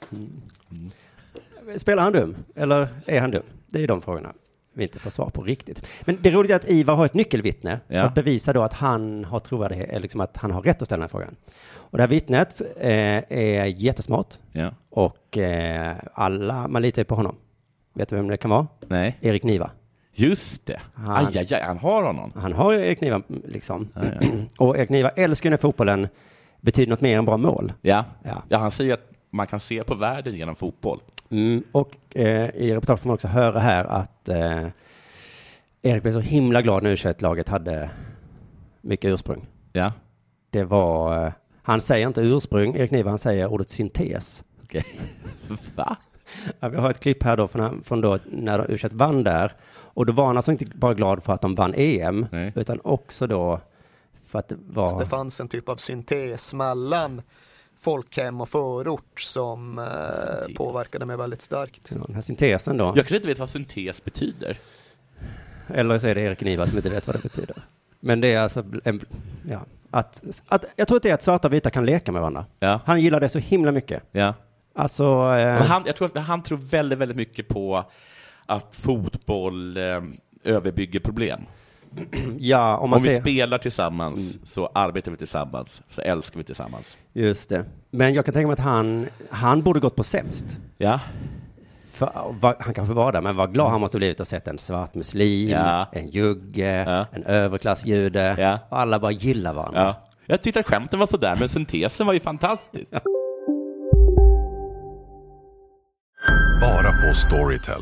Spelar han dum? Eller är han dum? Det är de frågorna vi inte får svar på riktigt. Men det roliga är att Ivar har ett nyckelvittne Ja. för att bevisa då att han har trovärdighet, eller liksom att han har rätt att ställa den här frågan. Och det här vittnet eh, är jättesmart Ja. och eh, alla, man litar ju på honom. Vet du vem det kan vara? Nej. Erik Niva. Just det. Han- Aj, aj, aj, han har honom. Han har Erik Niva liksom. och Erik Niva älskar ju när fotbollen betyder något mer än bra mål. Ja. Ja. ja, han säger att man kan se på världen genom fotboll. Mm, och eh, i reportaget får man också höra här att eh, Erik blev så himla glad när U21-laget hade mycket ursprung. Ja, Det var, eh, han säger inte ursprung, Erik Niva, han säger ordet syntes. okej. Va? Ja, vi har ett klipp här då från, från då när de U21 vann där. Och då var han alltså inte bara glad för att de vann E EM, Nej. utan också då för att det var... Det fanns en typ av syntes mellan folkhem och förort som eh, påverkade mig väldigt starkt. Ja, Den här syntesen då, Jag kanske inte vet vad syntes betyder. eller så är det Erik Niva som inte vet vad det betyder. Men det är alltså, bl- en, ja, att, att, jag tror att det är att svarta och vita kan leka med varandra. Ja. Han gillar det så himla mycket. Ja. Alltså, eh, Men han, jag tror att han tror väldigt, väldigt mycket på att fotboll eh, överbygger problem. ja, om man Om vi ser. spelar tillsammans så arbetar vi tillsammans, så älskar vi tillsammans. Just det. Men jag kan tänka mig att han, han borde gått på sämst. Ja, För, vad- han kanske var där, men vad glad han måste ha blivit att sett en svart muslim, Ja. en jugge, Ja. en överklassjude. Ja. Och alla bara gillar varandra. ja. Jag tyckte att skämten var sådär, men syntesen var ju fantastisk. Bara på Storytel.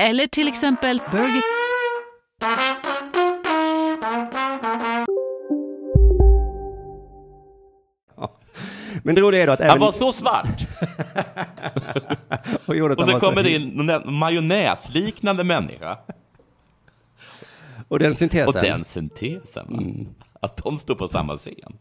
Eller till exempel Burger... Men det roliga är då att även... Han var så svart! och, gjorde att Och han så var kommer det in någon majonnäsliknande människa. Och den syntesen. Och den syntesen, va? Att de står på samma scen.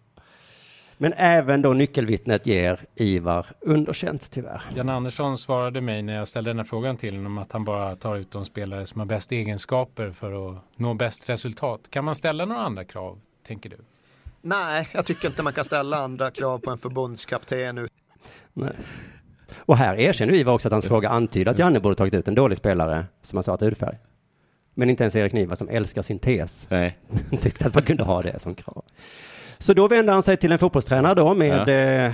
Men även då nyckelvittnet ger Ivar underkänt tyvärr. Jan Andersson svarade mig när jag ställde den här frågan till honom att han bara tar ut de spelare som har bäst egenskaper för att nå bäst resultat. Kan man ställa några andra krav, tänker du? Nej, jag tycker inte man kan ställa andra krav på en förbundskapten. Nej. Och här erkänner Ivar också att hans fråga antyder att Janne borde tagit ut en dålig spelare som han sa att hudfärg. Men inte ens Erik Niva som älskar syntes Nej. tyckte att man kunde ha det som krav. Så då vänder han sig till en fotbollstränare då med Ja. eh,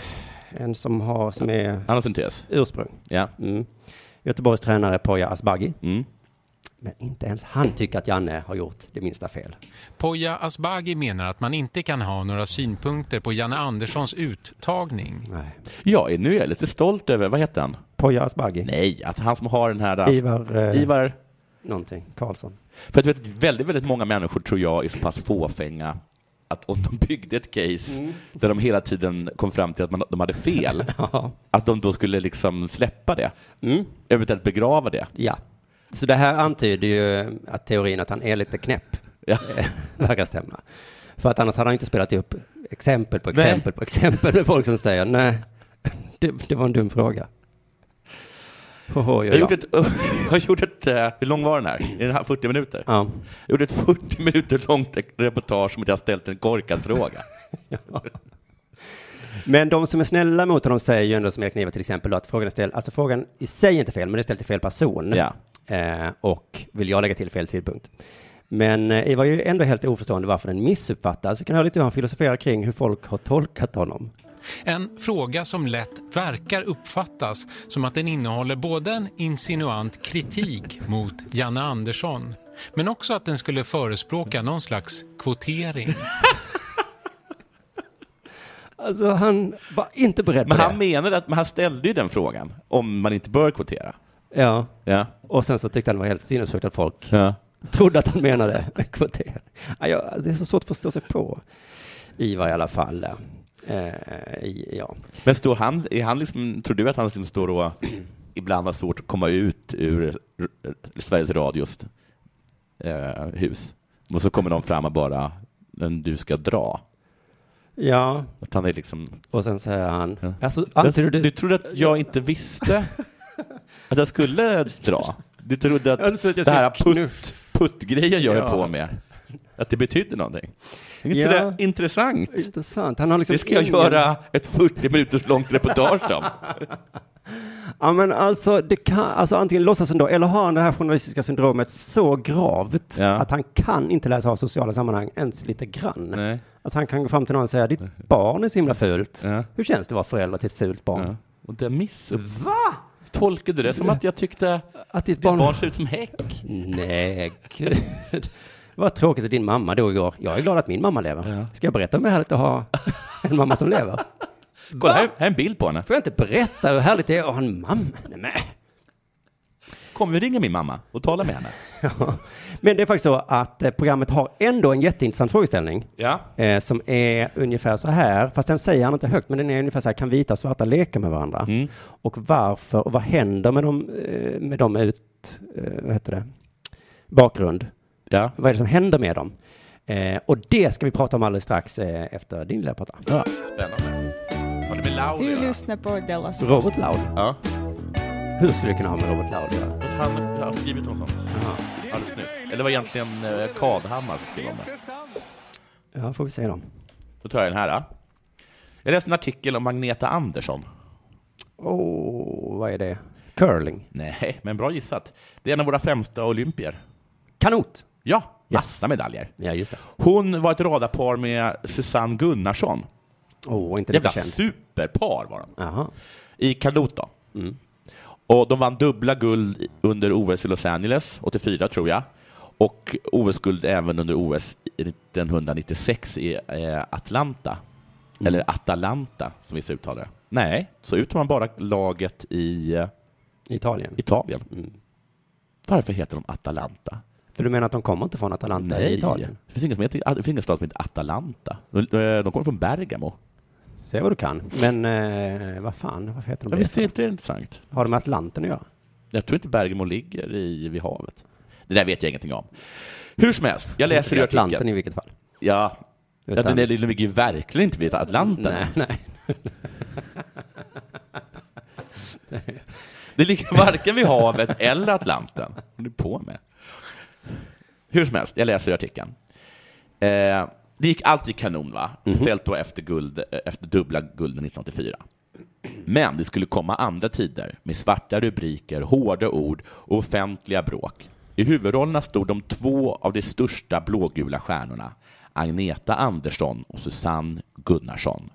en som, har, som är Han har syntes. ursprung. Ja. Mm. Göteborgs tränare Poya Asbaghi. Mm. Men inte ens han tycker att Janne har gjort det minsta fel. Poya Asbaghi menar att man inte kan ha några synpunkter på Janne Anderssons uttagning. Nej. Ja, nu är jag lite stolt över, vad heter han? Poya Asbaghi. Nej, alltså han som har den här... Ivar, eh, Ivar. Någonting. Karlsson. För att du vet, väldigt, väldigt många människor tror jag är så pass fåfänga att om de byggde ett case Mm. där de hela tiden kom fram till att man, de hade fel, att de då skulle liksom släppa det. Mm. Eventuellt begrava det. Ja. Så det här antyder ju att teorin att han är lite knäpp eh, verkar stämma. För att annars hade han inte spelat upp exempel på Nej. exempel på exempel med folk som säger nej, det, det var en dum fråga. Hoho, Jag, gjorde ett, jag har gjort ett, eh, hur lång var den här? Är den här 40 minuter? Ja. Jag gjorde ett 40 minuter långt reportage om att jag ställt en korkad fråga. Men de som är snälla mot honom säger ju ändå som Erik Niva till exempel då, att frågan är ställd, alltså frågan i sig är inte fel, men det är ställd till fel person. Ja. Eh, och vill jag lägga till fel tidpunkt. Men eh, Ivar är ju ändå helt oförstående varför den missuppfattas. Vi kan höra lite hur han filosoferar kring hur folk har tolkat honom. En fråga som lätt verkar uppfattas som att den innehåller både en insinuant kritik mot Janne Andersson men också att den skulle förespråka någon slags kvotering. Alltså han var inte beredd Men på han menade att, men han ställde ju den frågan, om man inte bör kvotera. det. Ja. Ja. Och sen så tyckte han det var helt sinnessjukt att folk Ja. trodde att han menade kvotering. Ja, jag- det är så svårt att förstå sig på Ivar i alla fall. Eh, i- ja. Men står han, är han liksom, tror du att han liksom står och ibland har svårt att komma ut ur r- r- Sveriges Radios eh, hus? Och så kommer de fram och bara, men du ska dra. ja, Att han är liksom... och sen säger han, alltså, antyder Du, du, du trodde att jag inte visste att jag skulle dra? Du trodde att, Ja, du trodde att jag det här skulle putt, puttgrejen jag Ja. är på med, att det betydde någonting? Inte Ja. det intressant? Intressant. Han har liksom det ska jag ingen- göra ett 40 minuters långt reportage om. Ja men alltså, det kan, alltså antingen låtsas han då, eller har han det här journalistiska syndromet så gravt att han kan inte läsa av sociala sammanhang ens lite grann. Nej. Att han kan gå fram till någon och säga, ditt barn är så himla fult. Hur känns det att vara förälder till ett fult barn? Och det miss... Mm. Va? Tolkade du det som att jag tyckte att ditt barn, barn- ser ut som häck? Nej, gud. Vad tråkigt att din mamma dog igår. Jag är glad att min mamma lever. Ska jag berätta om hur härligt det är att ha en mamma som lever? Kolla, här, här är en bild på henne. Får jag inte berätta hur härligt det är att ha en mamma? Nej, men. Kommer vi ringa min mamma och tala med henne? Ja. Men det är faktiskt så att eh, programmet har ändå en jätteintressant frågeställning. Ja. Eh, som är ungefär så här, fast den säger han inte högt, men den är ungefär så här, kan vita och svarta leka med varandra? Och varför, och vad händer med dem, eh, med dem ut, eh, vad heter det, bakgrund? Ja. Vad är det som händer med dem? Eh, och det ska vi prata om alldeles strax eh, efter din lilla prata. Spännande. Har det med Lauri att göra? lyssnar på Della Sport. Alltså, Robert Laul. Ja. Hur skulle det kunna ha med Robert Laul att göra? Han har skrivit något sånt alldeles nyss. Eller det var egentligen eh, Kadhammar som skrev om det. Ja, får vi se då. Då tar jag den här. Då. Jag läste en artikel om Agneta Andersson. Åh, oh, vad är det? Curling? Nej, men bra gissat. Det är en av våra främsta olympier. Kanot? Ja, massa medaljer. Ja, just det. Hon var ett radarpar med Susanne Gunnarsson. Åh, oh, inte Jävla lika känd. superpar var de. Aha. I kanot då. Mm. Och de vann dubbla guld under OS i Los Angeles, 84 tror jag. Och OS-guld även under OS 1996 i eh, Atlanta. Eller Atalanta, som vissa uttalar det. Nej, så uttalar man bara laget i eh, Italien. Italien. Varför heter de Atalanta? För du menar att de kommer inte från Atalanta i Italien? Det finns ingen, som heter, det finns ingen stad som heter Atalanta. De, eh, de kommer från Bergamo. Se vad du kan. Men eh, vad fan, varför heter de Jag det? visste inte det är intressant. Har de med Atlanten att göra? Jag tror inte Bergamo ligger i, vid havet. Det där vet jag ingenting om. Hur som helst, jag läser i ur Atlanten artikeln. i vilket fall. Ja, ja Utan- den är- den ligger ju verkligen inte vid Atlanten. Nej, nej. Det ligger varken vid havet eller Atlanten. Vad håller du på med? Hur som helst, jag läser i artikeln. Eh, det gick, allt gick kanon, va? Speciellt då efter, guld, eh, efter dubbla gulden 1984. Men det skulle komma andra tider med svarta rubriker, hårda ord och offentliga bråk. I huvudrollerna stod de två av de största blågula stjärnorna, Agneta Andersson och Susanne Gunnarsson.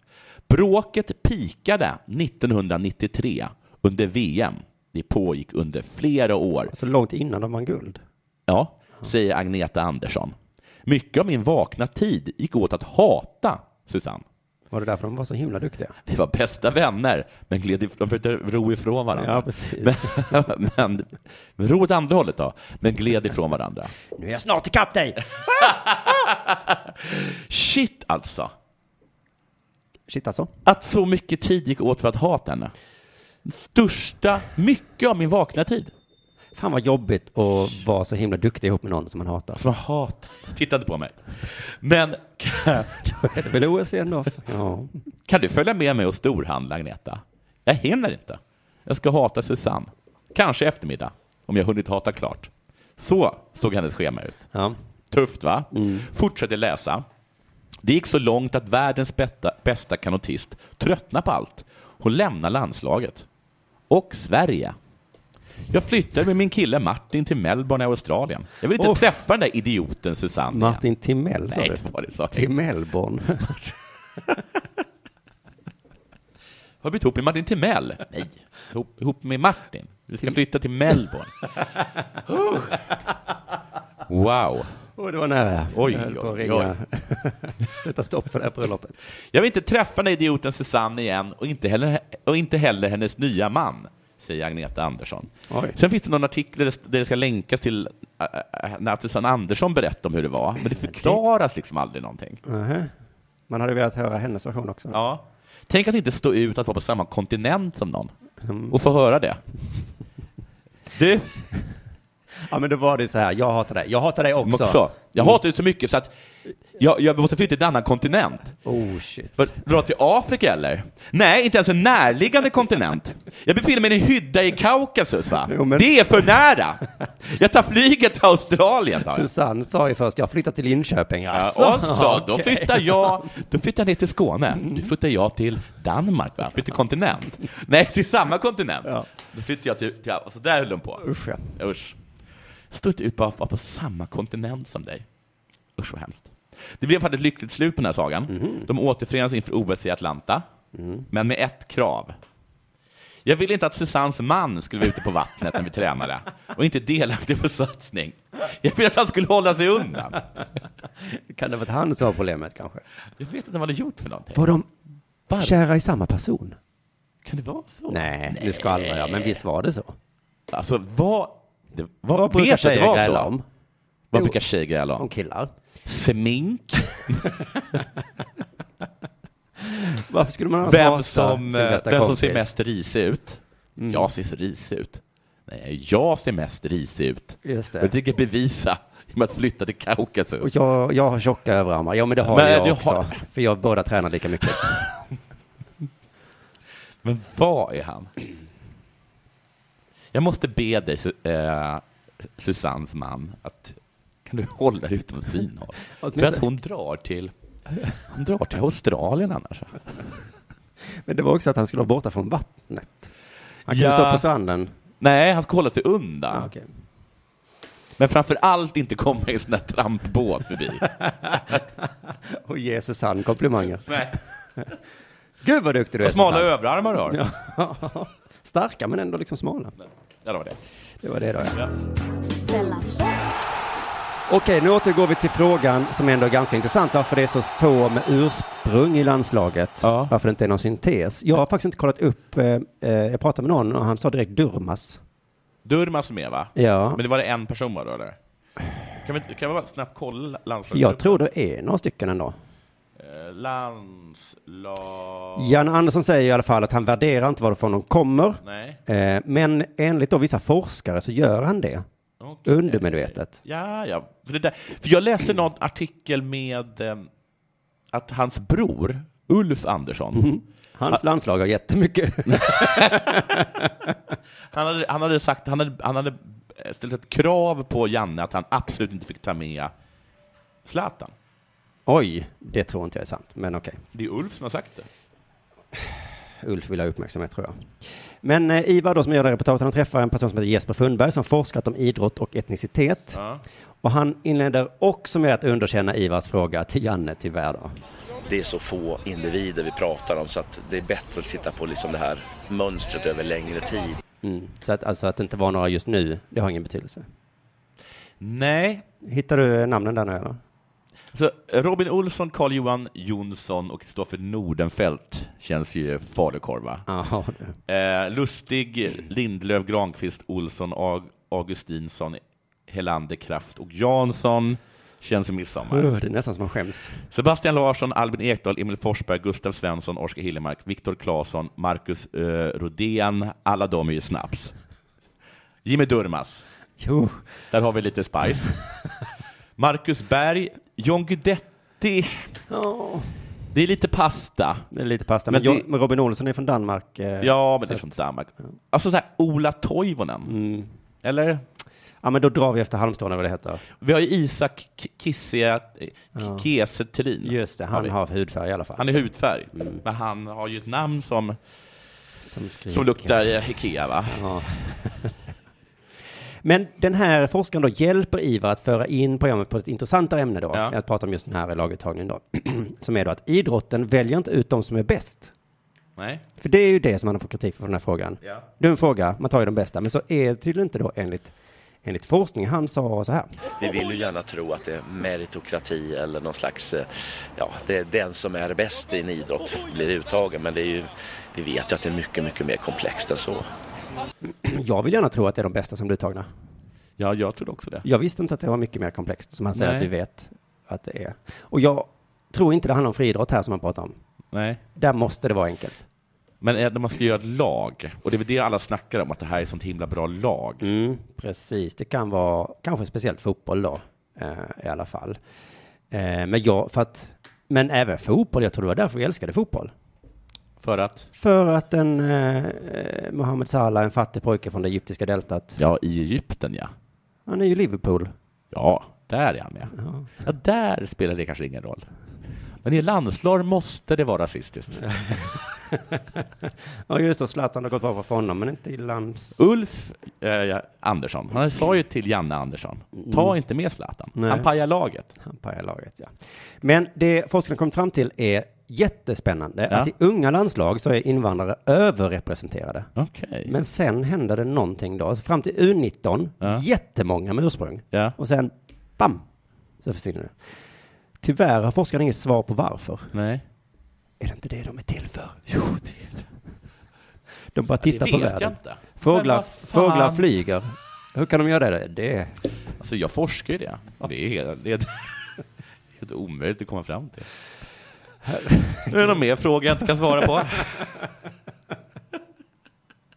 Bråket pikade 1993 under VM. Det pågick under flera år. Så långt innan de vann guld? Ja, säger Agneta Andersson. Mycket av min vakna tid gick åt att hata Susanne. Var det därför de var så himla duktiga? Vi var bästa vänner, men gled if- de försökte ro ifrån varandra. Ja, precis. Men, men, men ro åt andra hållet då, men gled ifrån varandra. Nu är jag snart ikapp dig! Shit alltså, Shit alltså. att så mycket tid gick åt för att hata henne. Största, mycket av min vakna tid. Fan vad jobbigt att vara så himla duktig ihop med någon som man hatar. Som man hatar. Titta inte på mig. Men kan, Är det väl E OS igen då? Ja. kan du följa med mig och storhandla, Agneta? Jag hinner inte. Jag ska hata Susanne. Kanske i eftermiddag, om jag hunnit hata klart. Så såg hennes schema ut. ja. Tufft va? Mm. Fortsätter läsa. Det gick så långt att världens bästa, bästa kanotist tröttnade på allt. Hon lämnar landslaget. Och Sverige. Jag flyttade med min kille Martin till Melbourne i Australien. Jag vill inte Uff. träffa den där idioten Susanne. Martin Timell sa Nej, du? det var det sa Till jag. Melbourne. Har blivit ihop med Martin Timell? Nej, ihop, ihop med Martin. Vi ska flytta till Melbourne. Huh. wow. Och det var nära. Oj, Jag höll på att oj, ringa. oj. sätta stopp för det här bröllopet. Jag vill inte träffa den här idioten Susanne igen och inte heller, och inte heller hennes nya man, säger Agneta Andersson. Oj. Sen finns det någon artikel där det- där det ska länkas till äh, äh, när Susanne Andersson berättar om hur det var, men det förklaras liksom aldrig någonting. Nähä. Man hade velat höra hennes version också. Ja. Tänk att inte stå ut att vara på samma kontinent som någon och få höra det. Du! Ja, men då var det så här, jag hatar dig, jag hatar dig också. också. Jag hatar det så mycket så att jag, jag måste flytta till en annan kontinent. Oh shit. Vad, Dra till Afrika eller? Nej, inte ens en närliggande kontinent. Jag befinner mig i en hydda i Kaukasus va? Det är för nära! Jag tar flyget till Australien. Tar jag. Susanne sa ju först, jag flyttar till Linköping. Ja, Alltså. och så, då Okej. flyttar jag då flyttar jag ner till Skåne. Då flyttar jag till Danmark, va? Byter kontinent. Nej, till samma kontinent. Då flyttar jag till... till och så där höll de på. Usch, ja. Usch. Står inte ut på att vara på samma kontinent som dig. Usch, vad hemskt. Det blev faktiskt ett lyckligt slut på den här sagan. De återförenas inför OS i Atlanta, men med ett krav. Jag ville inte att Susannes man skulle vara ute på vattnet när vi tränade och inte delaktig på satsning. Jag ville att han skulle hålla sig undan. Kan det ha varit han som var problemet kanske? Jag vet inte vad han hade gjort för någonting. Var de Var- kära i samma person? Kan det vara så? Nej, nu skvallrar jag, men visst var det så? Alltså, vad... Det, vad, Vad brukar vet jag att det tjejer var gräla så? om? Vad Jo. brukar tjejer gräla om? Om killar. Smink. Varför skulle man annars vem hata som, sin eh, bästa vem som kompis? Mm. ser mest risig ut? Jag ser så risig ut. Nej, jag ser mest risig ut. Just det. Jag tänker bevisa genom att flytta till Kaukasus. Och jag, jag har tjocka överarmar. Ja, men det har Men jag du också. har- För jag båda tränar lika mycket. Men vad är han? Jag måste be dig, Su- eh, Susannes man, att kan du hålla dig utom synhåll? För att Åtminstone- hon drar till, hon drar till Australien annars. men det var också att han skulle vara borta från vattnet. Han kunde Ja. stå på stranden. Nej, han ska hålla sig undan. Ah, okej. Men framför allt inte komma i en sån där trampbåt förbi. Och ge Susanne komplimanger. Nej. Gud vad duktig du är Vad smala Susanne. överarmar du har. Ja. Starka men ändå liksom smala. Ja, det var det. Det var det då ja. Okej, nu återgår vi till frågan som ändå är ganska intressant. Varför det är så få med ursprung i landslaget. Varför det inte är någon syntes. Jag har faktiskt inte kollat upp. Eh, eh, jag pratade med någon och han sa direkt Durmas. Durmaz med va? Ja. Men det var det en person var då eller? Kan vi, kan vi bara snabbt kolla För jag landslaget? tror det är några stycken ändå. Eh, Landslag... Jan Andersson säger i alla fall att han värderar inte varifrån de kommer. Nej. Eh, men enligt då vissa forskare så gör han det. Okej. Undermedvetet. Ja, ja. För, det där. för jag läste någon artikel med eh, att hans bror, Ulf Andersson, Hans landslag har jättemycket. han, hade, han hade sagt, han hade, han hade eh, ställt ett krav på Janne att han absolut inte fick ta med Zlatan. Oj, det tror inte jag är sant. Men okej. Det är Ulf som har sagt det. Ulf vill ha uppmärksamhet tror jag. Men eh, Ivar då som gör det här reportaget, han träffar en person som heter Jesper Fundberg som forskat om idrott och etnicitet. Och han inleder också med att underkänna Ivars fråga till Janne tyvärr då. Det är så få individer vi pratar om så att det är bättre att titta på liksom det här mönstret över längre tid. Mm. Så att, alltså att det inte var några just nu, det har ingen betydelse. Nej. Hittar du namnen där nu eller? Alltså, Robin Olsson, Carl-Johan Jonsson och Kristoffer Nordenfelt känns ju falukorv, va? Ja, Eh, Lustig, Lindlöf, Granqvist, Olsson, Ag- Augustinsson, Helander, Kraft och Jansson känns som midsommar. Öh, det är nästan som man skäms. Sebastian Larsson, Albin Ekdal, Emil Forsberg, Gustav Svensson, Oskar Hillemark, Viktor Claesson, Marcus eh, Rodén. Alla de är ju snaps. Jimmy Durmaz. Jo. Där har vi lite spice. Marcus Berg, John Guidetti. Det är lite pasta. Det är lite pasta. Men, Men jag, det- men Robin Olsson är från Danmark. eh, Ja, men så det är att- från Danmark. Alltså så här, Ola Toivonen. Mm. Eller? Ja, men då drar vi efter Halmstad eller vad det heter. Vi har ju Isak K- Kissia, ja. Kiese Thelin. Just det, Har han vi. har hudfärg i alla fall. Han är hudfärg, men han har ju ett namn som, Som, skriker. som luktar eh, Ikea, va? Ja. Men den här forskaren då hjälper Ivar att föra in programmet på ett intressantare ämne då, att prata om just den här laguttagningen då, som är då att idrotten väljer inte ut de som är bäst. Nej. För det är ju det som man har fått kritik för från den här frågan. Ja. Dum fråga, man tar ju de bästa, men så är det tydligen inte då enligt, enligt forskning. Han sa så här. Vi vill ju gärna tro att det är meritokrati eller någon slags, eh, ja, det är den som är bäst i en idrott blir uttagen. Men det är ju, vi vet ju att det är mycket, mycket mer komplext än så. Jag vill gärna tro att det är de bästa som blir uttagna. Ja, jag trodde också det. Jag visste inte att det var mycket mer komplext, som han säger Nej. att vi vet att det är. Och jag tror inte det handlar om friidrott här som han pratar om. Nej. Där måste det vara enkelt. Men är det när man ska göra ett lag, och det är väl det alla snackar om, att det här är ett sånt himla bra lag. Precis, det kan vara kanske speciellt fotboll då, eh, i alla fall. Eh, men jag, för att, men även fotboll, jag tror det var därför vi älskade fotboll. För att? För att en eh, eh, Mohamed Salah, en fattig pojke från det egyptiska deltat. Ja, i Egypten ja. Han är ju Liverpool. Ja, där är han med. Ja. där spelar det kanske ingen roll. Men i landslag måste det vara rasistiskt. Ja, just det, Zlatan har gått bra för honom, men inte i lands... Ulf eh, Andersson, han sa ju till Janne Andersson, ta inte med Zlatan. Mm. Nej. Han pajar laget. Han pajar laget, ja. Men det forskarna kommit fram till är jättespännande. Ja. Att i unga landslag så är invandrare överrepresenterade. Men sen hände det någonting då. Alltså, Fram till U19, jättemånga med ursprung. Och sen, bam, så försvinner det. Tyvärr har forskarna inget svar på varför. Nej. Är det inte det de är till för? Jo, det är det. De bara det tittar på vet jag världen. inte. Men Fåglar, vad fan. fåglar flyger. Hur kan de göra det? Det Alltså jag forskar ju det. Det är helt, det är helt omöjligt att komma fram till. Är det någon mer fråga jag inte kan svara på?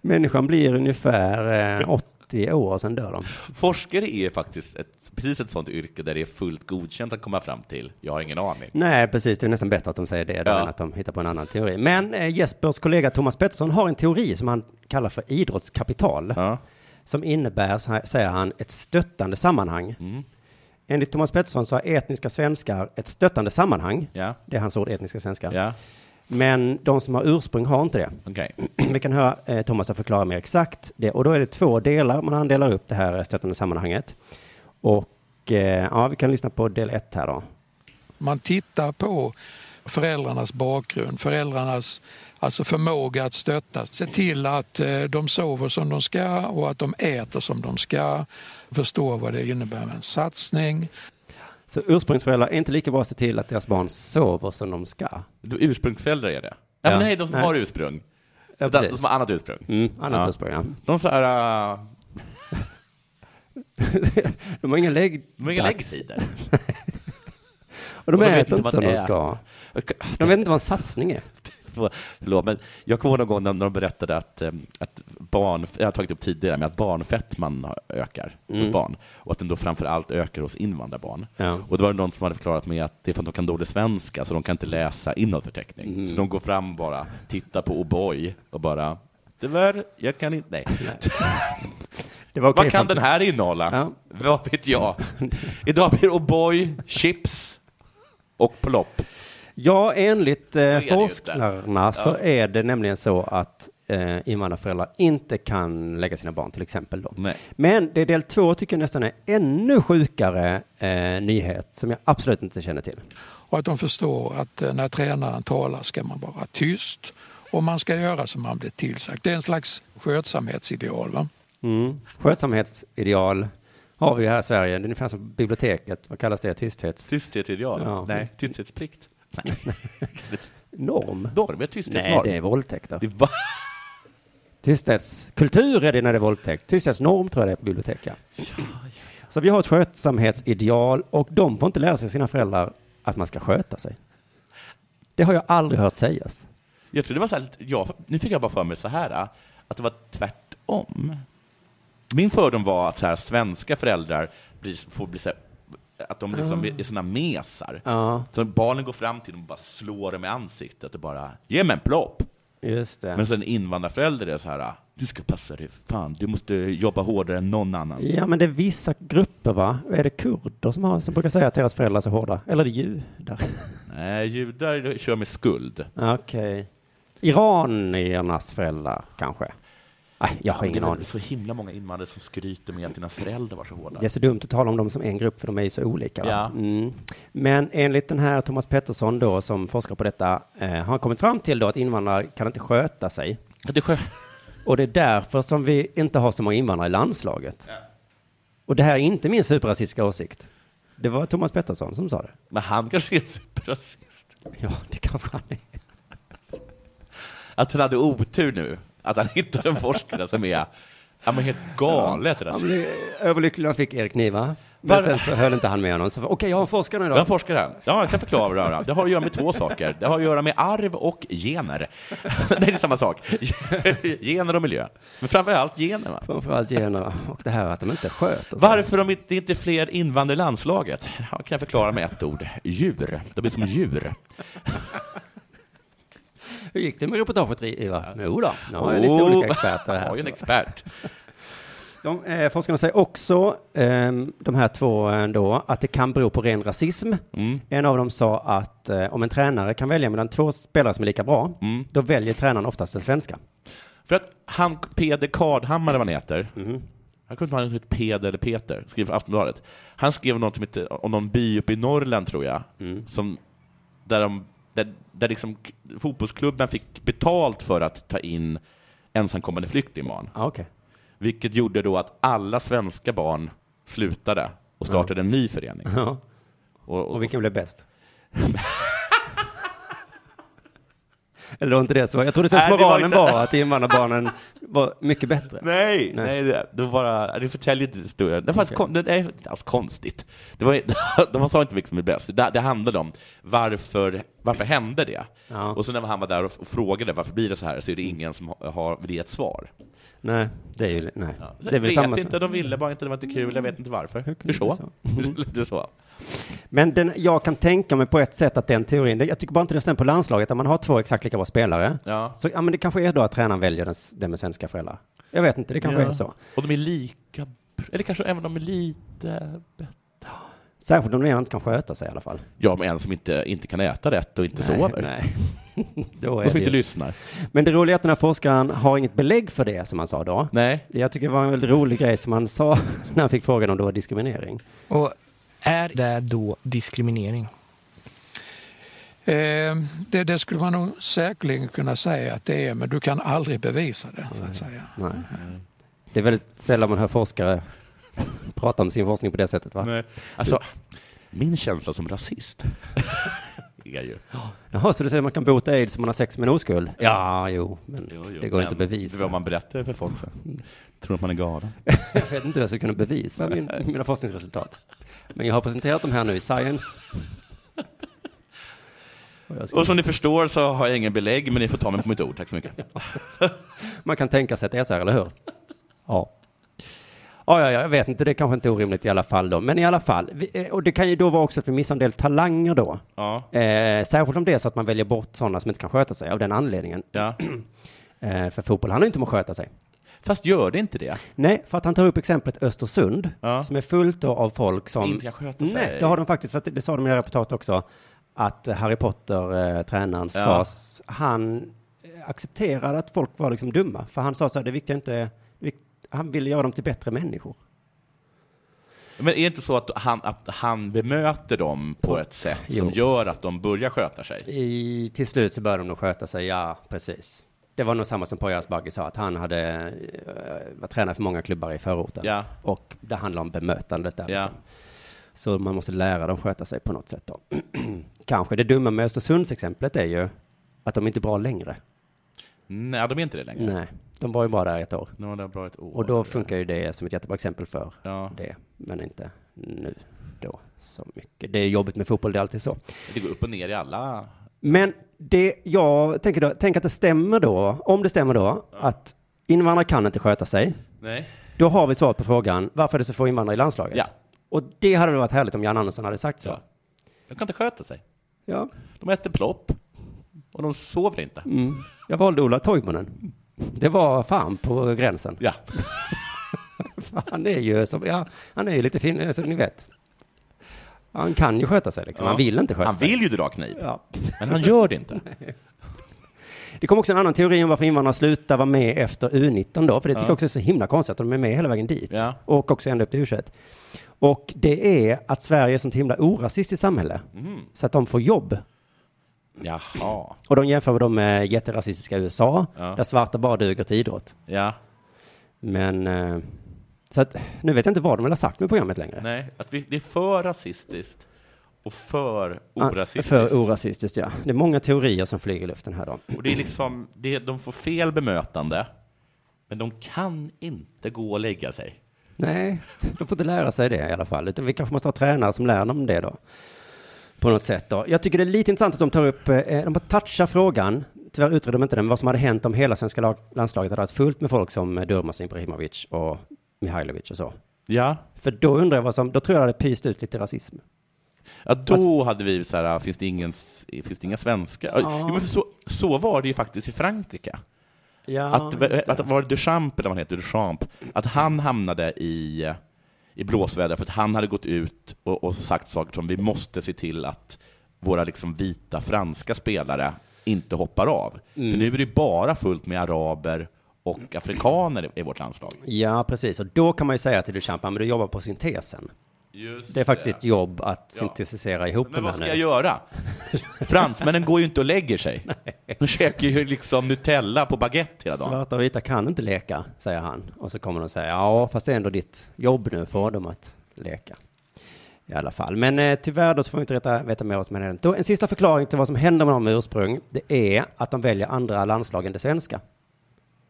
Människan blir ungefär eh, 80 år, sen dör de. Forskare är faktiskt ett, precis ett sånt yrke där det är fullt godkänt att komma fram till, jag har ingen aning. Nej, precis. Det är nästan bättre att de säger det då Ja. än att de hittar på en annan teori. Men eh, Jespers kollega Thomas Pettersson har en teori som han kallar för idrottskapital. Som innebär, så här- säger han, ett stöttande sammanhang. Mm. Enligt Thomas Pettersson så har etniska svenskar ett stöttande sammanhang. Ja. Det är hans ord, etniska svenskar. Ja. Men de som har ursprung har inte det. Okej. Vi kan höra eh, Thomas att förklara mer exakt det. Och då är det två delar, men han delar upp det här eh, stöttande sammanhanget. Och eh, ja, vi kan lyssna på del ett här då. Man tittar på föräldrarnas bakgrund, föräldrarnas alltså förmåga att stötta. Se till att eh, de sover som de ska och att de äter som de ska. Förstå vad det innebär med en satsning. Så ursprungsföräldrar är inte lika bra att se till att deras barn sover som de ska. Du, ursprungsföräldrar är det? Ja, men nej, de som har ursprung. Ja, de, precis. som har annat ursprung. Mm, annat ursprung, ja. De så här... äh, De har inga lägg... De har inga dags. läggtider. Och Och de de vet äter inte inte vad som de det är. ska. De vet inte vad en satsning är. För- Förlåt, men jag kommer ihåg någon gång när när de berättade att, eh, att barn, jag har tagit upp tidigare, men att barnfettman ökar Mm. hos barn och att den då framför allt ökar hos invandrarbarn. Ja. Och det var det någon som hade förklarat med att det är för att de kan dålig svenska, så de kan inte läsa innehållsförteckning. Mm. Så de går fram bara, tittar på O'boy och bara Tyvärr, jag kan inte, nej. Det var Vad okej fram kan till- den här innehålla? Vad vet jag? Idag blir det O'boy, chips och plopp. Ja, enligt är eh, det ju inte. forskarna så Ja. är det nämligen så att eh, invandrarföräldrar inte kan lägga sina barn till exempel då. Men det är del två tycker jag nästan är ännu sjukare eh, nyhet som jag absolut inte känner till. Och att de förstår att eh, när tränaren talar ska man vara tyst och man ska göra som man blir tillsagd. Det är en slags skötsamhetsideal. Va? Mm. Skötsamhetsideal har vi ju här i Sverige. Det är ungefär som biblioteket. Vad kallas det? Tysthets... Tysthetsideal? Ja. Nej, tysthetsplikt. Nej. Norm? Norm, ja, tysthetsnorm. Nej, det är våldtäkter. Det var... Tysthetskultur är det när det är våldtäkt. Tysthetsnorm tror jag det är på bibliotek. Ja. Så vi har ett skötsamhetsideal och de får inte lära sig sina föräldrar att man ska sköta sig. Det har jag aldrig hört sägas. Jag tror det var så här, ja, nu fick jag bara för mig så här, att det var tvärtom. Min fördom var att så här, svenska föräldrar blir, får bli så här, att de liksom Ah. är såna mesar. Ja. Så barnen går fram till dem och bara slår dem i ansiktet och bara ”ge mig en plopp”. Just det. Men sen invandrarförälder är så här ”du ska passa dig, fan, du måste jobba hårdare än någon annan”. Ja, men det är vissa grupper, va? Är det kurder som, har, som brukar säga att deras föräldrar är så hårda? Eller är det judar? Nej, judar kör med skuld. Okej. Iraniernas föräldrar, kanske? Nej, jag har Det är ingen väl aning. så himla många invandrare som skryter med att dina föräldrar var så hårda. Det är så dumt att tala om dem som en grupp, för de är ju så olika. va? Ja. Mm. Men enligt den här Thomas Pettersson då, som forskar på detta, eh, har han kommit fram till då att invandrare kan inte sköta sig. Det skö Och det är därför som vi inte har så många invandrare i landslaget. Och det här är inte min superrasistiska åsikt. Det var Thomas Pettersson som sa det. Men han kanske är superrasist. Ja, det kanske han är. Att han hade otur nu, att han hittade en forskare som är ja, men helt galet rasist. Ja, men det- Överlycklig han fick Erik Niva. Men Var- sen så höll inte han med honom. Så okej, jag har en forskare nu då. Jag är forskare. Ja, jag kan förklara det. här. Det har att göra med två saker. Det har att göra med arv och gener. Det är samma sak. Gener och miljö. Men framför allt gener. Va? Framförallt generna och det här att de inte sköter sig. Varför de inte, det är inte fler invandrare i landslaget? Ja, kan jag förklara med ett ord. Djur. De är som djur. Hur gick det med reportaget Iva? Jo då, nu har jag lite olika experter här. Oh. Jag har ju en så. expert. De, eh, forskarna säger också, ehm, de här två eh, då, att det kan bero på ren rasism. Mm. En av dem sa att eh, om en tränare kan välja mellan två spelare som är lika bra, Mm. då väljer tränaren oftast den svenska. För att han, Peder Kardhammar, eller vad han heter, han kunde inte ha ett Peder eller Peter, skrev för Aftonbladet. Han skrev något som heter, om någon by uppe i Norrland, tror jag, som, där, de, där, där liksom k- fotbollsklubben fick betalt för att ta in ensamkommande flyktingbarn. Ah, okay. Vilket gjorde då att alla svenska barn slutade och startade en ny förening. Ja. Och, och, Och vilken blev bäst? Eller var inte det så? Jag trodde Nej, det var sensmoralen inte- var, att invandrarbarnen var mycket bättre. Nej, nej, det, det var bara, det förtäljer inte historien. Det, var faktiskt kon, det, det är inte alls konstigt. Det var, de sa inte vilket som är bäst. Det, det handlade om varför, varför hände det? Och så när han var där och, f- och frågade varför blir det så här så är det ingen som har, har det ett svar. Nej, det är ju, nej. Så det är väl jag samma vet sak. inte, de ville bara inte, det var inte kul, jag vet inte varför. Det är så. Mm. Det är så. Men den, jag kan tänka mig på ett sätt att den teorin, jag tycker bara inte den stämmer på landslaget, om man har två exakt lika bra spelare, Ja. så ja, men det kanske är då att tränaren väljer den, den med svenska föräldrar. Jag vet inte, det kanske är så. Och de är lika, br- eller kanske även de är lite bättre. Särskilt om den ena inte kan sköta sig i alla fall. Ja, men en som inte, inte kan äta rätt och inte sover. nej. Då är och som inte det ju- lyssnar. Men det roliga är att den här forskaren har inget belägg för det som han sa då. Nej. Jag tycker det var en väldigt rolig grej som han sa när han fick frågan om det var diskriminering. Och är det då diskriminering? Eh, det, det skulle man nog säkerligen kunna säga att det är, men du kan aldrig bevisa det, så att säga. Nej. Det är väldigt sällan man hör forskare prata om sin forskning på det sättet, va? Nej. Alltså, min känsla som rasist är ju... Jaha, så du säger att man kan bota aids om man har sex med en oskuld? Ja, jo, men det går inte att bevisa. Det var man berättar för folk sen. Tror att man är galen. Jag vet inte hur jag ska kunna bevisa min, mina forskningsresultat. Men jag har presenterat dem här nu i Science. Och jag ska- Och som ni förstår så har jag ingen belägg, men ni får ta mig på mitt ord. Tack så mycket. Man kan tänka sig att det är så här, eller hur? Ja. Ja, ja, ja, jag vet inte, det kanske inte är orimligt i alla fall då. Men i alla fall, vi, eh, och det kan ju då vara också att vi missar en del talanger då. Ja. Eh, särskilt om det är så att man väljer bort sådana som inte kan sköta sig av den anledningen. Ja. eh, för fotboll handlar ju inte om att sköta sig. Fast gör det inte det? Nej, för att han tar upp exemplet Östersund, som är fullt då av folk som... Inte kan sköta sig. Nej, det har de faktiskt, för att det, det sa de i det här reportaget också, att Harry Potter, eh, tränaren, Ja. sa, s- han eh, accepterade att folk var liksom dumma, för han sa så här, det viktiga inte, är- det vik- han ville göra dem till bättre människor. Men är det inte så att han, att han bemöter dem på ett sätt som Jo. gör att de börjar sköta sig? I, till slut så började de nog sköta sig, ja, precis. Det var nog samma som Poya Asbaghi sa, att han hade eh, var tränare för många klubbar i förorten. Ja. Och det handlar om bemötandet där. Ja. liksom. Så man måste lära dem sköta sig på något sätt då. Kanske det dumma med Östersunds exemplet är ju att de inte är bra längre. Nej, de är inte det längre. Nej, de var ju bara där ett år. De var där bara ett år. Och då funkar ju det som ett jättebra exempel för Ja. det, men inte nu då så mycket. Det är jobbigt med fotboll, det är alltid så. Det går upp och ner i alla... Men det jag tänker då, tänk att det stämmer då, om det stämmer då, att invandrare kan inte sköta sig. Nej. Då har vi svaret på frågan, varför är det så få invandrare i landslaget? Ja. Och det hade väl varit härligt om Jan Andersson hade sagt så. Ja. De kan inte sköta sig. Ja. De äter plopp. Och de sover inte. Mm. Jag valde Ola Toivonen. Det var fan på gränsen. Ja. Fan, han är ju som, ja, han är ju lite fin, alltså, ni vet. Han kan ju sköta sig liksom, Ja. han vill inte sköta Han sig. vill ju dra kniv. Ja. Men han gör det inte. Det kom också en annan teori om varför invandrare slutar vara med efter U19 då, för det tycker Ja. jag också är så himla konstigt att de är med hela vägen dit. Ja. Och också ända upp till U21. Och det är att Sverige är ett sånt himla orasistiskt samhälle, Mhm. så att de får jobb. Jaha. Och de jämför dem med jätterasistiska USA, Ja. där svarta bara duger till idrott. Ja. Men eh, Så att, nu vet jag inte vad de vill ha sagt med programmet längre. Nej, att vi, det är för rasistiskt och för Ah, orasistiskt. För orasistiskt, ja. Det är många teorier som flyger i luften här då. Och det är liksom, det, de får fel bemötande, men de kan inte gå och lägga sig. Nej, de får inte lära sig det i alla fall. Utan vi kanske måste ha tränare som lär dem det då. På något sätt då. Jag tycker det är lite intressant att de tar upp, eh, de bara touchar frågan, tyvärr utredde de inte den, vad som hade hänt om hela svenska lag, landslaget hade varit fullt med folk som eh, Durmaz Ibrahimovic och Mihailovic och så. Ja. För då undrar jag vad som, då tror jag det hade pyst ut lite rasism. Ja, då hade vi så här, "Ah, finns det, ingen, finns det inga svenskar? Ja. Jo, men så, så var det ju faktiskt i Frankrike. Ja, att, just det. att var det Duchamp, eller vad han heter, Duchamp, att han hamnade i, i blåsväder för att han hade gått ut och, och sagt saker som vi måste se till att våra liksom vita franska spelare inte hoppar av. Mm. För nu är det ju bara fullt med araber och afrikaner i- i vårt landslag. Ja, precis. Och då kan man ju säga till Duchamp, "Ja, men du jobbar på syntesen. Just det är faktiskt ett jobb att syntetisera ihop Men de vad här ska nu. jag göra? Fransmännen går ju inte och lägger sig. De käkar ju liksom Nutella på baguette hela dagen. Svarta och vita kan inte leka, säger han. Och så kommer de säga, ja, fast det är ändå ditt jobb nu, få dem att leka. I alla fall. Men eh, tyvärr då så får vi inte veta, veta mer vad som händer. Då, en sista förklaring till vad som händer med dem med ursprung, det är att de väljer andra landslag än det svenska.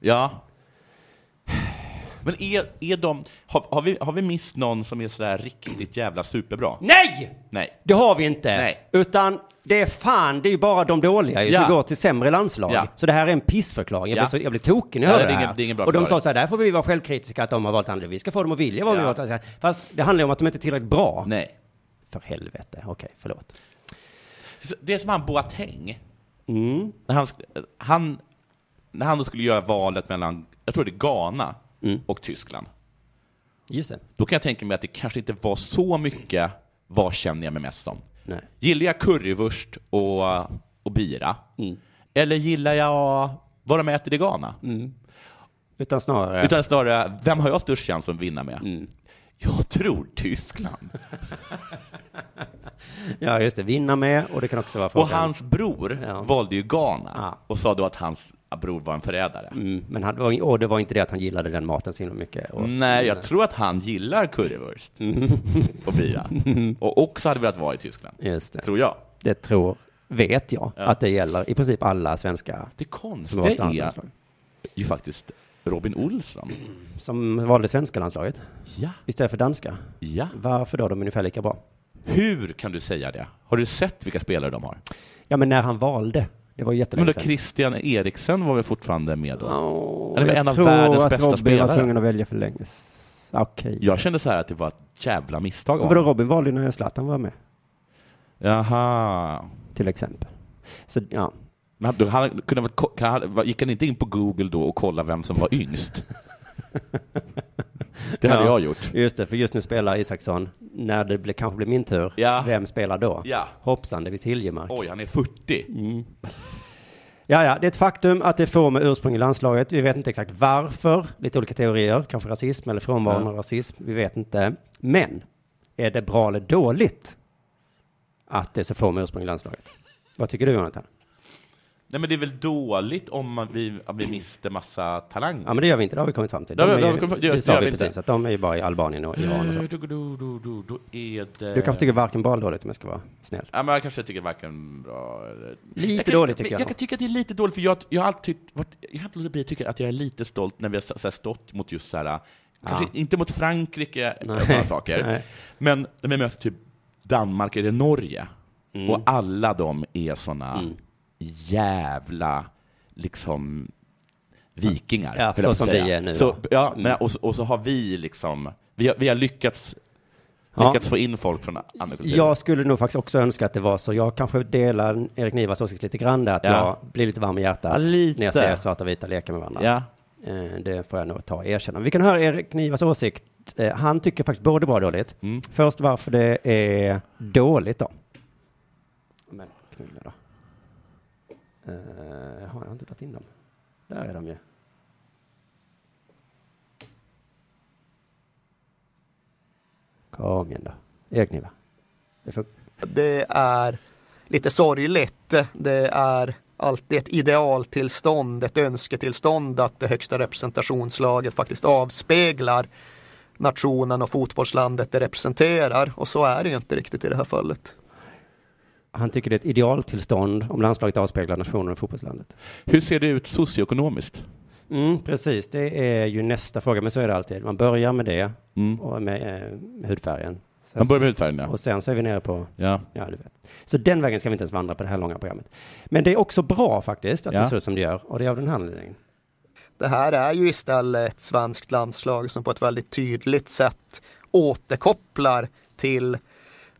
Ja. Men är, är de... Har, har, vi, har vi missat någon som är sådär riktigt jävla superbra? Nej! Nej. Det har vi inte. Nej. Utan det är fan, det är ju bara de dåliga ju Ja. som går till sämre landslag. Ja. Så det här är en pissförklaring. Jag, Ja. blir, så, jag blir tokig när jag Ja, hör det det är här. ingen- det är ingen bra och de sa förklaring. så här, där får vi vara självkritiska att de har valt andra. Vi ska få dem att vilja vara Ja. med. Ja. Fast det handlar ju om att de inte är tillräckligt bra. Nej. För helvete. Okej, förlåt. Det är som han Boateng. Mm. När han, sk- han, när han då skulle göra valet mellan, jag tror det är Ghana Mm. och Tyskland. Just det. Då kan jag tänka mig att det kanske inte var så mycket vad känner jag mig mest som. Nej. Gillar jag currywurst och, och bira? Mm. Eller gillar jag vad de äter i Ghana? Mm. Utan snarare... Utan snarare, vem har jag störst chans att vinna med? Mm. Jag tror Tyskland. Ja, just det. Vinna med och det kan också vara frågan. Och hans bror valde ju Ghana och sa då att hans bror var en förrädare. Mm, men han, var- och det var inte det att han gillade den maten så himla mycket. Och, Nej, Mm. jag tror att han gillar currywurst och bira. Mm. Och också hade velat vara i Tyskland. Just det. Tror jag. Det tror, vet jag, Ja. att det gäller i princip alla svenska. Det som har varit i konstiga andra är landslag. ju faktiskt Robin Olsson. Som valde svenska landslaget. Ja. Istället för danska. Ja. Varför då? De är ungefär lika bra. Hur kan du säga det? Har du sett vilka spelare de har? Ja, men när han valde. Det var ju jättelänge Men då sedan. Christian Eriksen var väl fortfarande med då? Oh, Eller var jag en av tror världens att bästa Robin var spelare. tvungen att välja för länge. s- Okej. Jag kände så här att det var ett jävla misstag av Vadå honom. Robin valde ju när Zlatan var med, Jaha. till exempel. Så ja, Men han, han kunde, ha varit ko- kan han, gick han inte in på Google då och kollade vem som var yngst? Det hade Ja, jag gjort. Just det, för just nu spelar Isaksson, när det blir, kanske blir min tur, vem spelar då? Ja. Hoppsan, det är Hiljemark. Oj, han är 40. Mm. Ja, ja, det är ett faktum att det är få med ursprung i landslaget. Vi vet inte exakt varför. Lite olika teorier, kanske rasism eller frånvaron Ja. av rasism. Vi vet inte. Men, är det bra eller dåligt att det är så få med ursprung i landslaget? Vad tycker du, Jonathan? Nej, men det är väl dåligt om man, vi, om vi miste massa talanger? Ja, men det gör vi inte. Det har vi kommit fram till. Det har vi- är det har ju- vi kommit- det det gör- sa gör vi vi inte. precis, att de är ju bara i Albanien och Iran och så. Eh, Då, då, då, då, då är det... Du kanske tycker varken bra eller dåligt, om jag ska vara snäll. Ja, men jag kanske tycker varken bra eller... Lite jag kan, dåligt tycker men jag nog. Jag kan tycka att det är lite dåligt, för jag, jag har alltid tyckt- varit, jag har alltid låtit bli att tycka att jag är lite stolt när vi har så, så här, stått mot just så här, kanske inte mot Frankrike och Nej. sådana saker, Nej. men när vi möter typ Danmark eller Norge, Mm. och alla de är sådana jävla, liksom, vikingar. Ja, höll jag så på att som säga. vi är nu, Så, va? ja, Mm. men, och, så- och så har vi liksom, vi har, vi har lyckats, Ja. lyckats få in folk från andra kulturer. Jag skulle nog faktiskt också önska att det var så. Jag kanske delar Erik Nivas åsikt lite grann där, att Ja. jag blir lite varm i hjärtat Ja, lite. när jag ser svarta och vita leka med varandra. Ja. Eh, Det får jag nog ta och erkänna. Vi kan höra Erik Nivas åsikt. Eh, Han tycker faktiskt både bra och dåligt. Mm. Först varför det är dåligt då. Men knulla då. Eh, Jaha, jag har inte dragit in dem. Där är de ju. Kom igen då. Erik Niva. Det får- Det är lite sorgligt. Det är alltid ett idealtillstånd, ett önsketillstånd att det högsta representationslaget faktiskt avspeglar nationen och fotbollslandet det representerar och så är det ju inte riktigt i det här fallet. Han tycker det är ett idealtillstånd om landslaget avspeglar nationen och fotbollslandet. Hur ser det ut socioekonomiskt? Mm, precis, det är ju nästa fråga, men så är det alltid. Man börjar med det, och med eh, hudfärgen. Sen Man Mm. börjar med så- hudfärgen, ja. Och sen så är vi nere på... Ja. ja, du vet. Så den vägen ska vi inte ens vandra på det här långa programmet. Men det är också bra faktiskt att Ja. det ser ut som det gör, och det är av den här anledningen. Det här är ju istället ett svenskt landslag som på ett väldigt tydligt sätt återkopplar till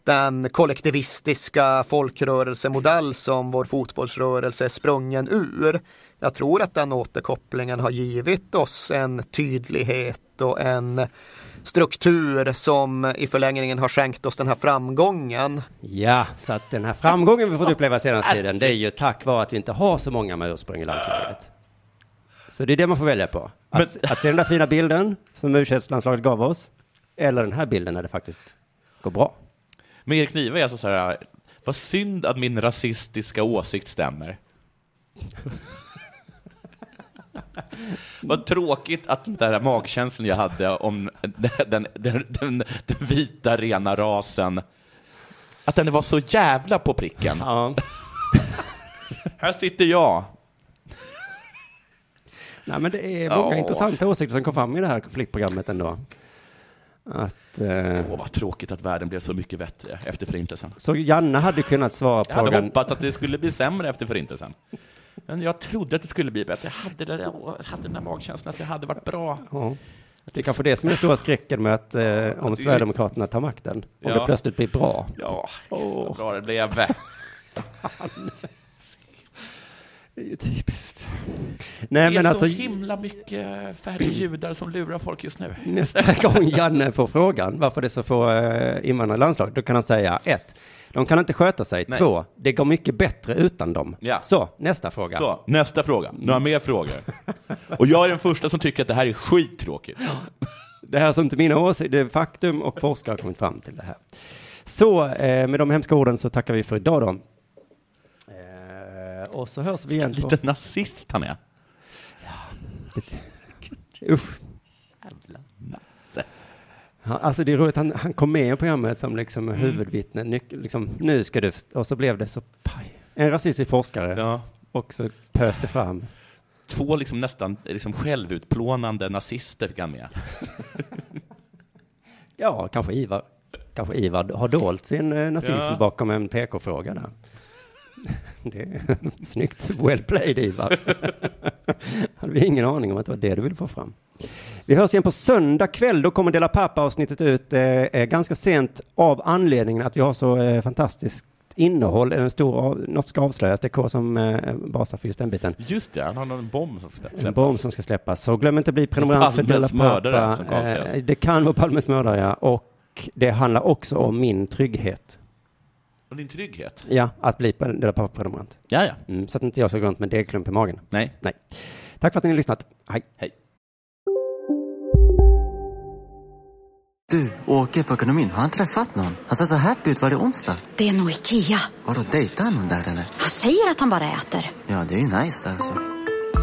den kollektivistiska folkrörelsemodell som vår fotbollsrörelse är sprungen ur. Jag tror att den återkopplingen har givit oss en tydlighet och en struktur som i förlängningen har skänkt oss den här framgången. Ja, så att den här framgången vi fått uppleva senaste Ah! tiden, det är ju tack vare att vi inte har så många med ursprung i landslaget. Så det är det man får välja på. Att, att se den där fina bilden som u landslaget gav oss, eller den här bilden när det faktiskt går bra. Men Erik Niva är alltså så här, vad synd att min rasistiska åsikt stämmer. vad tråkigt att den där magkänslan jag hade om den, den, den, den vita rena rasen, att den var så jävla på pricken. Här sitter jag. Nej, men det är många Ja. intressanta åsikter som kom fram i det här konfliktprogrammet ändå. Att, eh, Åh, vad tråkigt att världen blev så mycket bättre efter Förintelsen. så Janne hade kunnat svara på Jag hade frågan. hoppats att det skulle bli sämre efter Förintelsen. Men jag trodde att det skulle bli bättre. Jag hade, den där- jag hade den där magkänslan att det hade varit bra. Ja. Det är kanske det som är den stora skräcken med att eh, om Sverigedemokraterna tar makten, om det Ja. plötsligt blir bra. Ja, vad bra det blev. Det är ju typiskt. Nej, det är men så alltså, himla mycket färre judar som lurar folk just nu. nästa gång Janne får frågan varför det är så få eh, invandrare i landslaget, då kan han säga ett, de kan inte sköta sig. Nej. Två, det går mycket bättre utan dem. Ja. Så, nästa fråga. Så, nästa fråga. Några mer frågor? Och jag är den första som tycker att det här är skittråkigt. Det här är alltså inte mina åsikter, det är faktum och forskare har kommit fram till det här. Så eh, med de hemska orden så tackar vi för idag då. Eh, och så hörs vi igen. Vilken liten nazist han är. Det, usch. Han, alltså det är roligt, han, han kom med i programmet som liksom huvudvittne. Nyc- liksom, nu ska du, först- och så blev det så paj. En rasistisk forskare. Och så pöste fram. Två liksom nästan liksom självutplånande nazister fick han med. Ja, kanske Ivar, kanske Ivar har dolt sin eh, nazism Ja. bakom en PK-fråga där. Det är snyggt. Well played, Ivar. Hade vi ingen aning om att det var det du ville få fram. Vi hörs igen på söndag kväll. Då kommer Dela Pappa-avsnittet ut eh, eh, ganska sent av anledningen att vi har så eh, fantastiskt innehåll. En stor av, något ska avslöjas. Det är K som eh, basar för just den biten. Just det, han har någon bomb som släpps. En bomb som ska släppas. Så glöm inte att bli prenumerant för Della Palmes mördare Pappa. som gavs Eh, det. Det kan vara Palmes mördare, ja. Och det handlar också om min trygghet. Och din trygghet. Ja, att bli pre- Della Pappa-prenumerant. Ja, ja. Mm, så att inte jag ska gå runt med en degklump i magen. Nej. Nej. Tack för att ni har lyssnat. Hej. Hej. Du, åker på ekonomin, har han träffat någon? Han ser så happy ut. Var det onsdag? Det är nog Ikea. Har du dejtar han någon där eller? Han säger att han bara äter. Ja, det är ju nice där alltså.